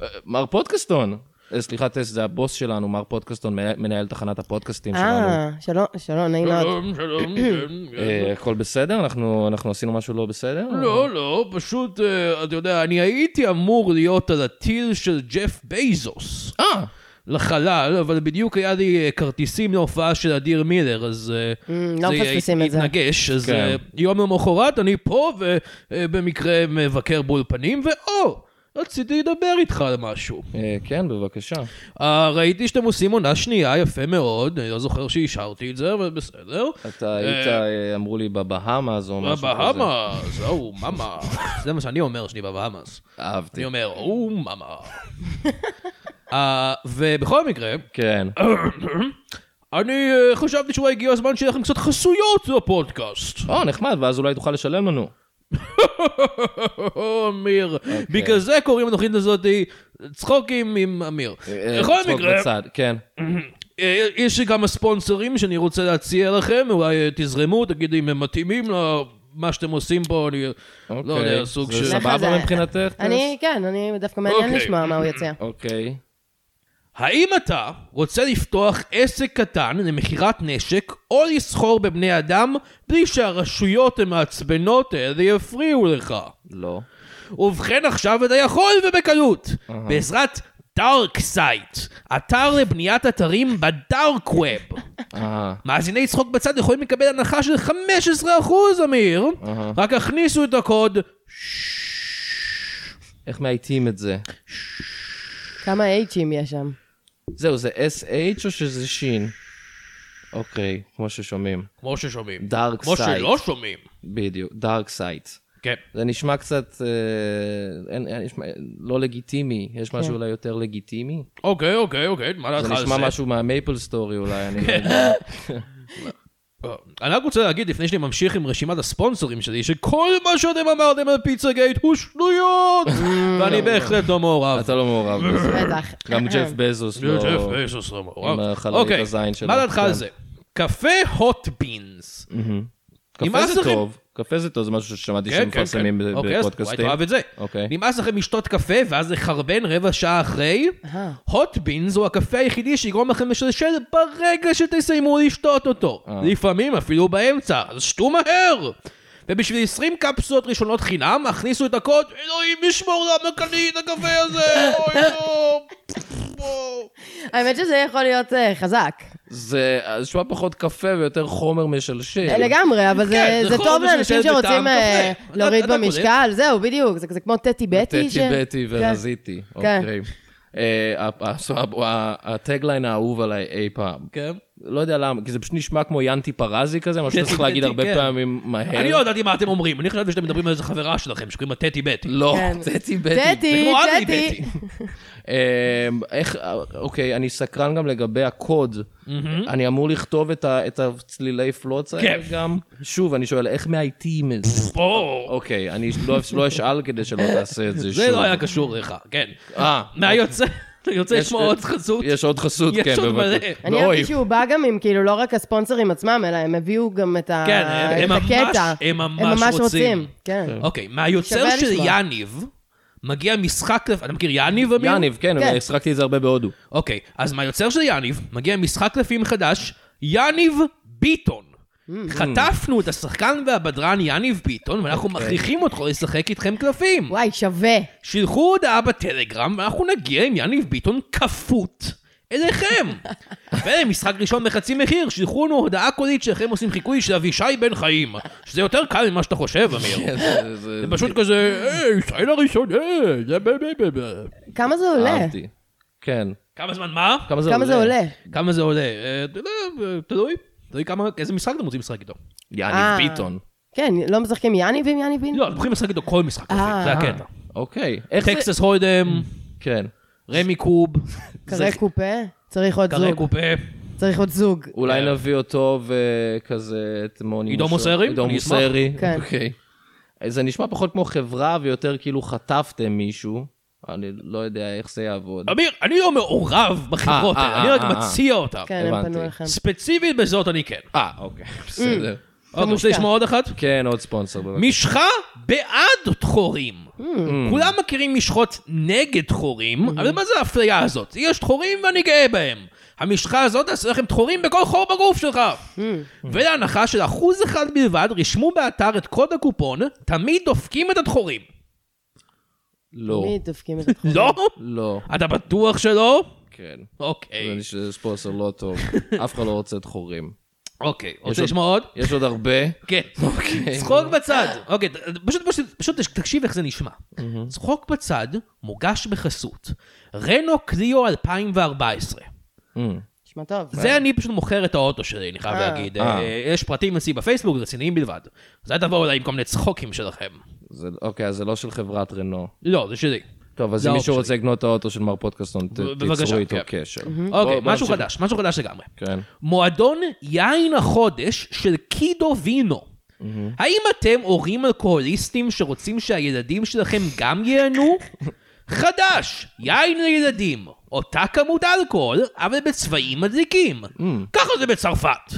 B: אה, מר פודקאסטון. אה, סליחה, טס, זה הבוס שלנו, מר פודקאסטון, מנהל- מנהל תחנת הפודקאסטים שלנו. לא,
D: אה, שלום, שלום, נעים מאוד.
C: שלום, שלום, כן.
B: אה, הכל בסדר? אנחנו אנחנו עשינו משהו לא בסדר?
C: לא, לא, פשוט, אה, אתה יודע, אני הייתי אמור להיות על הטיל של ג'ף בייזוס.
B: אה,
C: לחלל, אבל בדיוק היה לי אה, כרטיסים להופעה של אדיר מילר, אז אה,
D: לא מפספסים
C: הת-
D: את זה.
C: התנגש, אז
B: כן.
C: אה, יום למחרת אני פה, ובמקרה מבקר באולפנים, ואו, רציתי לדבר איתך על משהו.
B: אה, כן, בבקשה.
C: אה, ראיתי שאתם עושים עונה שנייה, יפה מאוד, אני לא זוכר שאישרתי את זה, אבל בסדר.
B: אתה היית,
C: אה,
B: אה, אמרו לי, בבהאמאז או משהו כזה.
C: בבהאמאס, או מאמה. זה מה שאני אומר, שאני בבהאמאס.
B: אהבתי.
C: אני אומר, או מאמה. אה, ובכל מקרה,
B: כן.
C: אני אה, חשבתי שאולי הגיע הזמן שיהיה לכם קצת חסויות לפודקאסט.
B: או, לא, נחמד, ואז אולי תוכל לשלם לנו.
C: אמיר,
B: אוקיי.
C: בגלל זה קוראים לתוכנית הזאת צחוקים עם אמיר.
B: אה,
C: בכל
B: צחוק
C: מקרה,
B: בצד, כן.
C: אה, יש לי כמה ספונסרים שאני רוצה להציע לכם, אולי אה, תזרמו, תגידו אם הם מתאימים למה שאתם עושים פה, אני לא יודע,
B: אוקיי.
C: סוג
B: זה
C: של...
D: לך זה-
B: סבבה מבחינתך?
D: אני,
B: טס?
D: כן, אני דווקא מעניין
C: אוקיי.
D: לשמוע מה הוא יציע.
B: אוקיי.
C: האם אתה רוצה לפתוח עסק קטן למכירת נשק או לסחור בבני אדם בלי שהרשויות המעצבנות האלה יפריעו לך?
B: לא.
C: ובכן עכשיו אתה יכול ובקלות, בעזרת דארק סייט, אתר לבניית אתרים בדארק ווב.
B: אה,
C: מאזיני צחוק בצד יכולים לקבל הנחה של 15% אמיר,
B: אהה.
C: רק הכניסו את הקוד
B: איך מאייתים את זה?
D: כמה אייצ'ים יש שם.
B: זהו, זה SH או שזה שין? אוקיי, כמו ששומעים.
C: כמו ששומעים.
B: דארק
C: כמו
B: סייט.
C: שלא שומעים.
B: בדיוק, דארק סייט.
C: כן.
B: זה נשמע קצת אה, אין, אין, נשמע, לא לגיטימי, יש משהו אולי יותר לגיטימי?
C: אוקיי, אוקיי, אוקיי, מה
B: זה
C: דעתך על
B: נשמע
C: זה?
B: משהו מהמייפל סטורי אולי, אני לא יודע.
C: אני רק רוצה להגיד, לפני שאני ממשיך עם רשימת הספונסורים שלי, שכל מה שאתם אמרתם על פיצה גייט הוא שטויות! ואני בהחלט לא מעורב.
B: אתה לא מעורב בזה.
D: בטח.
B: גם ג'ף בזוס לא...
C: ג'ף בזוס לא מעורב.
B: עם החללית
C: אוקיי,
B: הזין שלו,
C: מה דעתך על
B: כן.
C: זה? קפה הוט בינס.
B: קפה
C: נמאס
B: זה
C: לכם?
B: טוב, קפה זה טוב, זה משהו ששמעתי שמפרסמים ב-
C: כן, אוקיי, אז אולי
B: בפודקאסטים.
C: תאהב את זה.
B: אוקיי.
C: נמאס לכם לשתות קפה ואז לחרבן רבע שעה אחרי?
D: אה.
C: הוט בינס הוא הקפה היחידי שיגרום לכם לשלשל ברגע שתסיימו לשתות אותו.
B: אה.
C: לפעמים אפילו באמצע, אז שתו מהר! ובשביל 20 קפסולות ראשונות חינם, הכניסו את הקוד, אלוהים ישמור למה קני את הקפה הזה, אוי לא! בוא."
D: האמת שזה יכול להיות אה, חזק.
B: זה אז נשמע פחות קפה ויותר חומר משלשל.
D: לגמרי, אבל זה
C: אה, כן,
D: זה
C: נכון,
D: טוב
C: אבל זה
D: לאנשים
C: משלב בטעם
D: שרוצים אה,
C: קפה.
D: להוריד
C: אתה- אתה
D: במשקל, זהו, בדיוק. זה זה כמו טטי בטי. ש-
B: טטי בטי
D: כן.
B: ורזיתי,
D: כן.
B: אוקיי. אה, ה- ה- ה- הטגליין האהוב עליי אי פעם.
C: כן.
B: לא יודע למה, כי זה פשוט נשמע כמו ינטי פרזי כזה, מה שאתה
C: טטי
B: צריך להגיד
C: בטי,
B: הרבה
C: כן.
B: פעמים
C: אני לא
B: מהר.
C: ידעתי מה אתם אומרים, אני חשבתי שאתם מדברים על איזה חברה שלכם שקוראים לה טטי בטי.
B: לא,
D: כן.
B: טטי בטי.
C: זה
D: טטי,
C: כמו אדלי
D: טטי.
C: בטי.
B: אמ, איך, אוקיי, אני סקרן גם לגבי הקוד. אני אמור לכתוב את ה- את הצלילי פלוץ האלה
C: כן.
B: גם? שוב, אני שואל, איך מאייתים את זה?
C: בוא.
B: אוקיי, אני לא- לא אשאל כדי שלא תעשה את זה שוב.
C: זה לא היה קשור לך, כן.
B: אה,
C: מהיוצא, יוצא
B: אוקיי. יש- אה,
C: לשמוע עוד חזות.
B: יש עוד חסות,
C: יש
B: כן.
C: עוד מלא.
B: בבקשה.
D: אני
B: לא,
D: אהבתי שהוא בא גם עם, כאילו, לא רק הספונסרים עצמם, אלא הם הביאו גם את ה-
C: כן, הם-
D: את
C: הם ממש-
D: הקטע.
C: הם ממש רוצים.
D: כן.
C: אוקיי, מהיוצר
D: שווה
C: של
D: לשמוע.
C: יניב, מגיע משחק, לפ- אתה מכיר יניב אמיר?
B: יניב, כן,
D: כן.
B: השחקתי את זה הרבה בהודו.
C: אוקיי, אז מהיוצר של יניב, מגיע משחק קלפים חדש, יניב ביטון.
D: Mm.
C: חטפנו את השחקן והבדרן יניב ביטון, ואנחנו
B: אוקיי.
C: מכריחים אותך לשחק איתכם קלפים.
D: וואי, שווה.
C: שילחו הודעה בטלגרם, ואנחנו נגיע עם יניב ביטון כפות אליכם. ומשחק ראשון בחצי מחיר, שילחו לנו הודעה קולית שאחרים עושים חיקוי של אבישי בן חיים. שזה יותר קל ממה שאתה חושב, אמיר.
B: זה- זה-
C: זה פשוט כזה, "אה, היי, ישראל הראשון, היי, זה ב... ב- ב- ב-
D: כמה זה עולה?
B: אהבתי. כן.
C: כמה זמן, מה?
B: כמה זה עולה?
D: כמה זה עולה?
C: כמה זה עולה? אה, אתה יודע, אה, תלוי. תלוי כמה, איזה משחק אתם רוצים לשחק איתו.
D: אה.
B: יניב ביטון.
D: כן, לא משחקים יאני ועם יאני בין?
C: לא, אתם יכולים לשחק איתו כל משחק, קלפים,
D: אה.
C: זה הקטע.
B: אוקיי. איך זה...
C: טקסס הוידם,
B: כן.
C: רמי קוב,
D: קרי קופה? צריך עוד
C: קרי
D: זוג.
C: קופה.
D: צריך עוד זוג.
B: אולי
C: כן.
B: נביא אותו וכזה את מוני...
C: עידו
B: מושו-
C: מוסרי?
B: עידו
C: אני אשמח.
B: מוסרי.
D: כן.
B: אוקיי. זה נשמע פחות כמו חברה ויותר כאילו חטפתם מישהו. אני לא יודע איך זה יעבוד.
C: אמיר, אני לא מעורב בחברות
B: אה,
C: האלה,
B: אה,
C: אני רק
B: אה, אה.
C: מציע אותן.
D: כן, הם
B: הבנתי.
D: פנו אליכם.
C: ספציפית בזאת אני כן.
B: אה, אוקיי. בסדר.
D: אה.
C: אוקיי, רוצה לשמוע עוד אחת?
B: כן, עוד ספונסר. בבקשה.
C: משחה בעד חורים. כולם מכירים משחות נגד חורים, אבל מה זה האפליה הזאת? יש חורים ואני גאה בהם. המשחה הזאת תעשה לכם חורים בכל חור בגוף שלך. ולהנחה של אחוז אחד בלבד, רשמו באתר את קוד הקופון, תמיד דופקים את הדחורים.
B: לא.
D: מי דופקים את התחום?
C: לא?
B: לא.
C: אתה בטוח שלא?
B: כן.
C: אוקיי.
B: זה נשמע ספונסר לא טוב. אף אחד לא רוצה את חורים.
C: אוקיי, רוצה
B: עוד-
C: לשמוע עוד?
B: יש עוד הרבה.
C: כן.
B: אוקיי.
C: צחוק בצד. אוקיי, ת- פשוט, פשוט, פשוט תש- תקשיב איך זה נשמע. צחוק בצד מוגש בחסות. רנו קליו 2014.
D: נשמע טוב.
C: זה אני פשוט מוכר את האוטו שלי, אני חייב להגיד.
B: כן. אה.
C: אה, יש פרטים אצלי בפייסבוק, רציניים בלבד. אז אל תבואו אליי עם כל מיני צחוקים שלכם.
B: זה- אוקיי, אז זה לא של חברת רנו.
C: לא, זה שלי.
B: טוב, אז
C: זה
B: אם מישהו
C: האופציה.
B: רוצה לקנות את האוטו של מר פודקאסטון, ת-
C: בבקשה,
B: תיצרו איתו
C: כן.
B: קשר.
C: אוקיי,
B: בוא
C: משהו
B: נמשיך.
C: חדש, משהו חדש לגמרי.
B: כן.
C: מועדון יין החודש של קידו וינו. האם אתם הורים אלכוהוליסטים שרוצים שהילדים שלכם גם ייהנו? חדש, יין לילדים, אותה כמות אלכוהול, אבל בצבעים מדליקים. ככה זה בצרפת.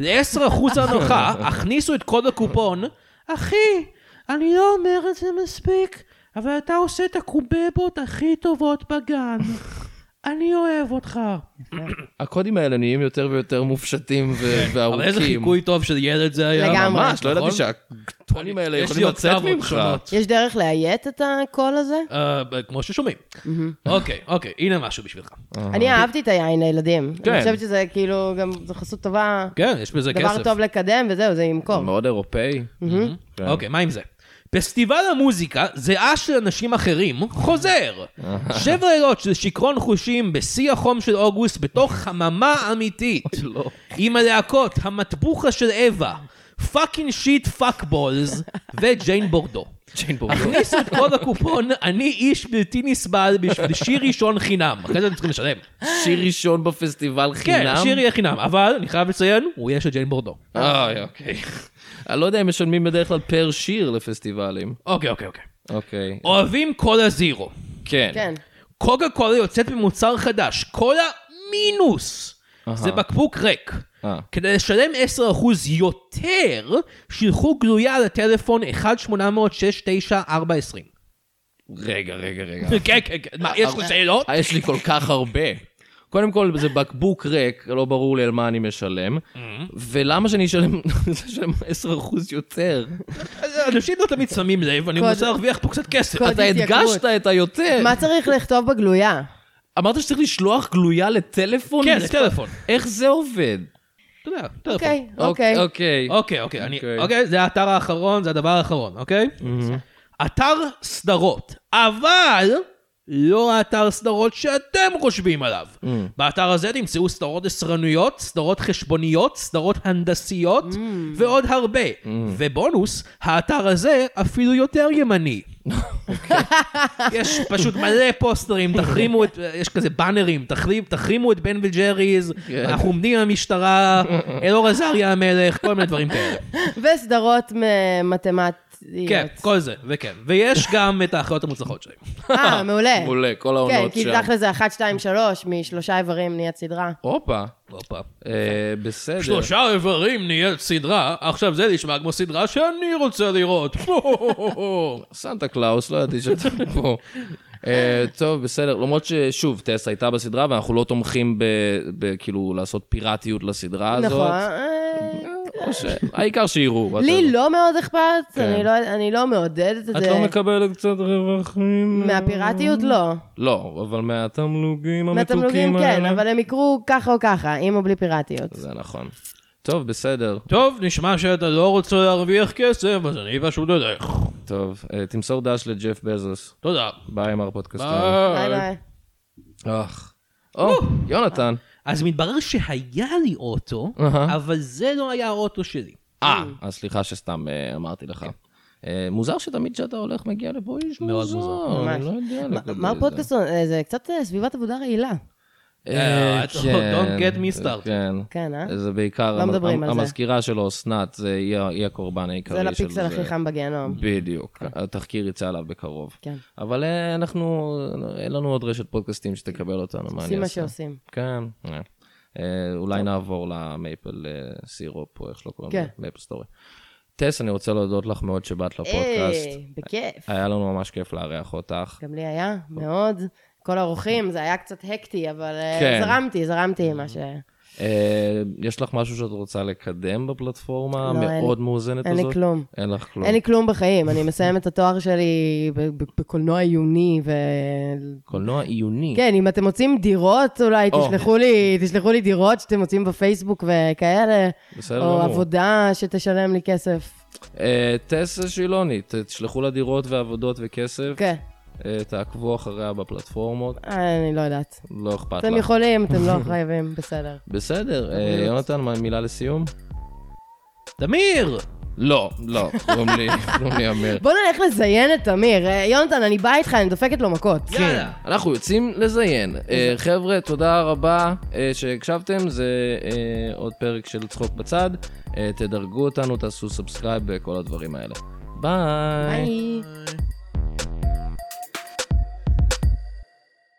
C: ל-10% הנחה, הכניסו את קוד הקופון. אחי, אני לא אומר את זה מספיק, אבל אתה עושה את הקובבות הכי טובות בגן. אני אוהב אותך.
B: הקודים האלה נהיים יותר ויותר מופשטים ו- וארוכים.
C: כן. אבל איזה חיקוי טוב של ילד זה היה.
D: לגמרי.
B: ממש, לא ידעתי
C: נכון?
B: שהטונים האלה
C: יש לי
B: יכולים לצאת
C: אוקטבות
B: ממך.
C: שונות.
D: יש דרך לאיית את הקול הזה?
C: אה, ב- כמו ששומעים. אוקיי, אוקיי, הנה משהו בשבילך.
D: אני אהבתי את היין לילדים.
B: אה. כן.
D: אני חושבת שזה כאילו, גם זו חסות טובה,
C: כן, יש בזה כסף.
D: דבר טוב לקדם, וזהו, זה
B: זה
D: ימכור.
B: מאוד אירופאי. כן.
C: אוקיי, מה עם זה? פסטיבל המוזיקה, זיעה של אנשים אחרים, חוזר. שבע לילות של שיכרון חושים בשיא החום של אוגוסט, בתוך חממה אמיתית.
B: לא.
C: עם הלהקות, המטבוחה של אווה, פאקינג שיט פאק בולס, וג'יין בורדו.
B: ג'יין בורדו.
C: הכניסו את קוד הקופון, אני איש בלתי נסבל בשביל שיר ראשון חינם. אחרי זה אתם צריכים לשלם.
B: שיר ראשון בפסטיבל חינם.
C: כן, השיר יהיה חינם, אבל אני חייב לציין, הוא יהיה של ג'יין בורדו.
B: אוי, אוקיי. אני לא יודע אם משלמים בדרך כלל פר שיר לפסטיבלים.
C: אוקיי, אוקיי, אוקיי.
B: אוקיי.
C: אוהבים קולה זירו.
B: כן.
D: כן.
C: קוקה קולה יוצאת במוצר חדש, קולה מינוס. זה בקבוק ריק.
B: אה.
C: כדי לשלם 10% יותר, שילחו גלויה לטלפון 1-800-69420.
B: רגע, רגע, רגע.
C: כן, כן, כן. מה, יש לך שאלות?
B: אה, יש לי כל כך הרבה. קודם כל, זה בקבוק ריק, לא ברור לי על מה אני משלם.
D: Mm-hmm.
B: ולמה שאני אשלם אשלם 10% יותר?
C: אנשים לא תמיד שמים לב, אני
D: קוד-
C: רוצה להרוויח פה קצת כסף.
D: קוד-
B: אתה הדגשת את היותר.
D: מה צריך לכתוב בגלויה?
B: אמרת שצריך לשלוח גלויה לטלפון?
C: כן, זה טלפון.
B: איך זה עובד?
C: אתה יודע, טלפון.
D: אוקיי, אוקיי.
B: אוקיי.
C: אוקיי, אוקיי, אני-
B: אוקיי.
C: אוקיי, זה האתר האחרון, זה הדבר האחרון, אוקיי? אתר סדרות, אבל לא האתר סדרות שאתם חושבים עליו. באתר הזה תמצאו סדרות עשרנויות, סדרות חשבוניות, סדרות הנדסיות, ועוד הרבה. ובונוס, האתר הזה אפילו יותר ימני. יש פשוט מלא פוסטרים, תחרימו את, יש כזה באנרים, תחרים- תחרימו את בן וג'ריז, אנחנו עומדים עם המשטרה, אלאור עזריה המלך, כל מיני דברים כאלה.
B: אוקיי.
D: וסדרות מ- מתמטיות.
C: כן, כל זה, וכן. ויש גם את האחיות המוצלחות שלהם.
D: אה, מעולה.
B: מעולה, כל
D: כן,
B: העונות
D: כי
B: שם.
D: תכל'ס זה 1, 2, 3, משלושה איברים נהיית סדרה.
B: הופה,
C: הופה.
B: אה, בסדר.
C: שלושה איברים נהיית סדרה, עכשיו זה נשמע כמו סדרה שאני רוצה לראות.
B: סנטה קלאוס, לא ידעתי שאתה פה. אה, טוב, בסדר. למרות ששוב, טס הייתה בסדרה, ואנחנו לא תומכים ב- ב- כאילו לעשות פיראטיות לסדרה הזאת.
D: נכון. אה,
B: או ש- העיקר שיראו.
D: לי לא מאוד אכפת,
B: כן.
D: אני לא- אני לא מעודדת את
B: את
D: זה.
B: לא מקבלת קצת רווחים?
D: מהפיראטיות לא.
B: לא, אבל מהתמלוגים המתוקים
D: מהתמלוגים
B: האלה.
D: כן, אבל הם יקרו ככה או ככה, עם או בלי פיראטיות.
B: זה נכון. טוב, בסדר.
C: טוב, נשמע שאתה לא רוצה להרוויח כסף, אז אני פשוט אלך.
B: טוב, אה, תמסור דש לג'ף בזוס.
C: תודה.
B: ביי, מר פודקאסטר. אה,
D: ביי
C: ביי.
D: ביי.
B: אוח. או, יונתן.
C: אז מתברר שהיה לי אוטו,
B: אהה.
C: אבל זה לא היה האוטו שלי.
B: אה,
C: Mm.
B: אז סליחה שסתם אה, אמרתי לך. אה, מוזר שתמיד כשאתה הולך מגיע לפה איש
C: כן. מאוד
B: מוזר.
C: מוזר.
B: אני לא יודע
D: מה-
B: לגבי
D: מה
B: זה.
D: הפודקאסט, אה, זה קצת אה, סביבת עבודה רעילה.
B: אה,
C: אה,
B: כן,
C: don't get me started.
B: כן.
D: כן, אה?
B: זה בעיקר,
D: לא
B: המ-
D: מדברים
B: המ-
D: על זה.
B: המזכירה שלו, אסנת, זה היא ה- היא הקורבן העיקרי
D: זה
B: של זה.
D: לפיקסל הכי חם בגיהנום.
B: בדיוק, התחקיר יצא עליו בקרוב.
D: כן.
B: אבל אה, אנחנו, אין לנו עוד רשת פודקאסטים שתקבל אותנו, מה אני אעשה?
D: עושים מה שעושים.
B: כן, אה. אה, אולי נעבור למייפל אה, סירופ, או איך שלא קוראים לזה,
D: כן.
B: מייפל סטורי. טס, אני רוצה להודות לך מאוד שבאת לפודקאסט.
D: היי, בכיף.
B: היה לנו ממש כיף לארח אותך.
D: גם לי היה, מאוד. כל האורחים, זה היה קצת הקטי, אבל אה,
B: כן. Mm,
D: זרמתי, זרמתי עם מה ש...
B: אה, יש לך משהו שאת רוצה לקדם בפלטפורמה
D: לא, אין לי-
B: המאוד מאוזנת
D: אין
B: הזאת?
D: לי כלום.
B: אין לך כלום.
D: אין לי כלום בחיים, אני מסיימת את התואר שלי ב- ב- בקולנוע עיוני, ו...
B: קולנוע עיוני.
D: כן, אם אתם מוצאים דירות, אולי
B: או.
D: תשלחו לי, תשלחו לי דירות שאתם מוצאים בפייסבוק וכאלה,
B: בסדר
D: או
B: גמור.
D: עבודה שתשלם לי כסף.
B: אה, טס שילונית, תשלחו לה דירות ועבודות וכסף.
D: כן,
B: אה, תעקבו אחריה בפלטפורמות,
D: אה, אני לא יודעת.
B: לא אכפת
D: אתם
B: לך.
D: יכולים, אתם לא חייבים, בסדר.
B: בסדר, אה,
D: בריאות.
B: יונתן, מה- מילה לסיום?
C: תמיר!
B: לא, לא, קוראים לי, קוראים לי אמיר.
D: בוא נלך לזיין את תמיר. אה, יונתן, אני באה איתך, אני דופקת לו מכות.
B: כן,
C: יאללה.
B: אנחנו יוצאים לזיין. אה, חבר'ה, תודה רבה אה, שהקשבתם, זה אה, עוד פרק של צחוק בצד. אה, תדרגו אותנו, תעשו סאבסקרייב וכל הדברים האלה. ביי.
D: ביי.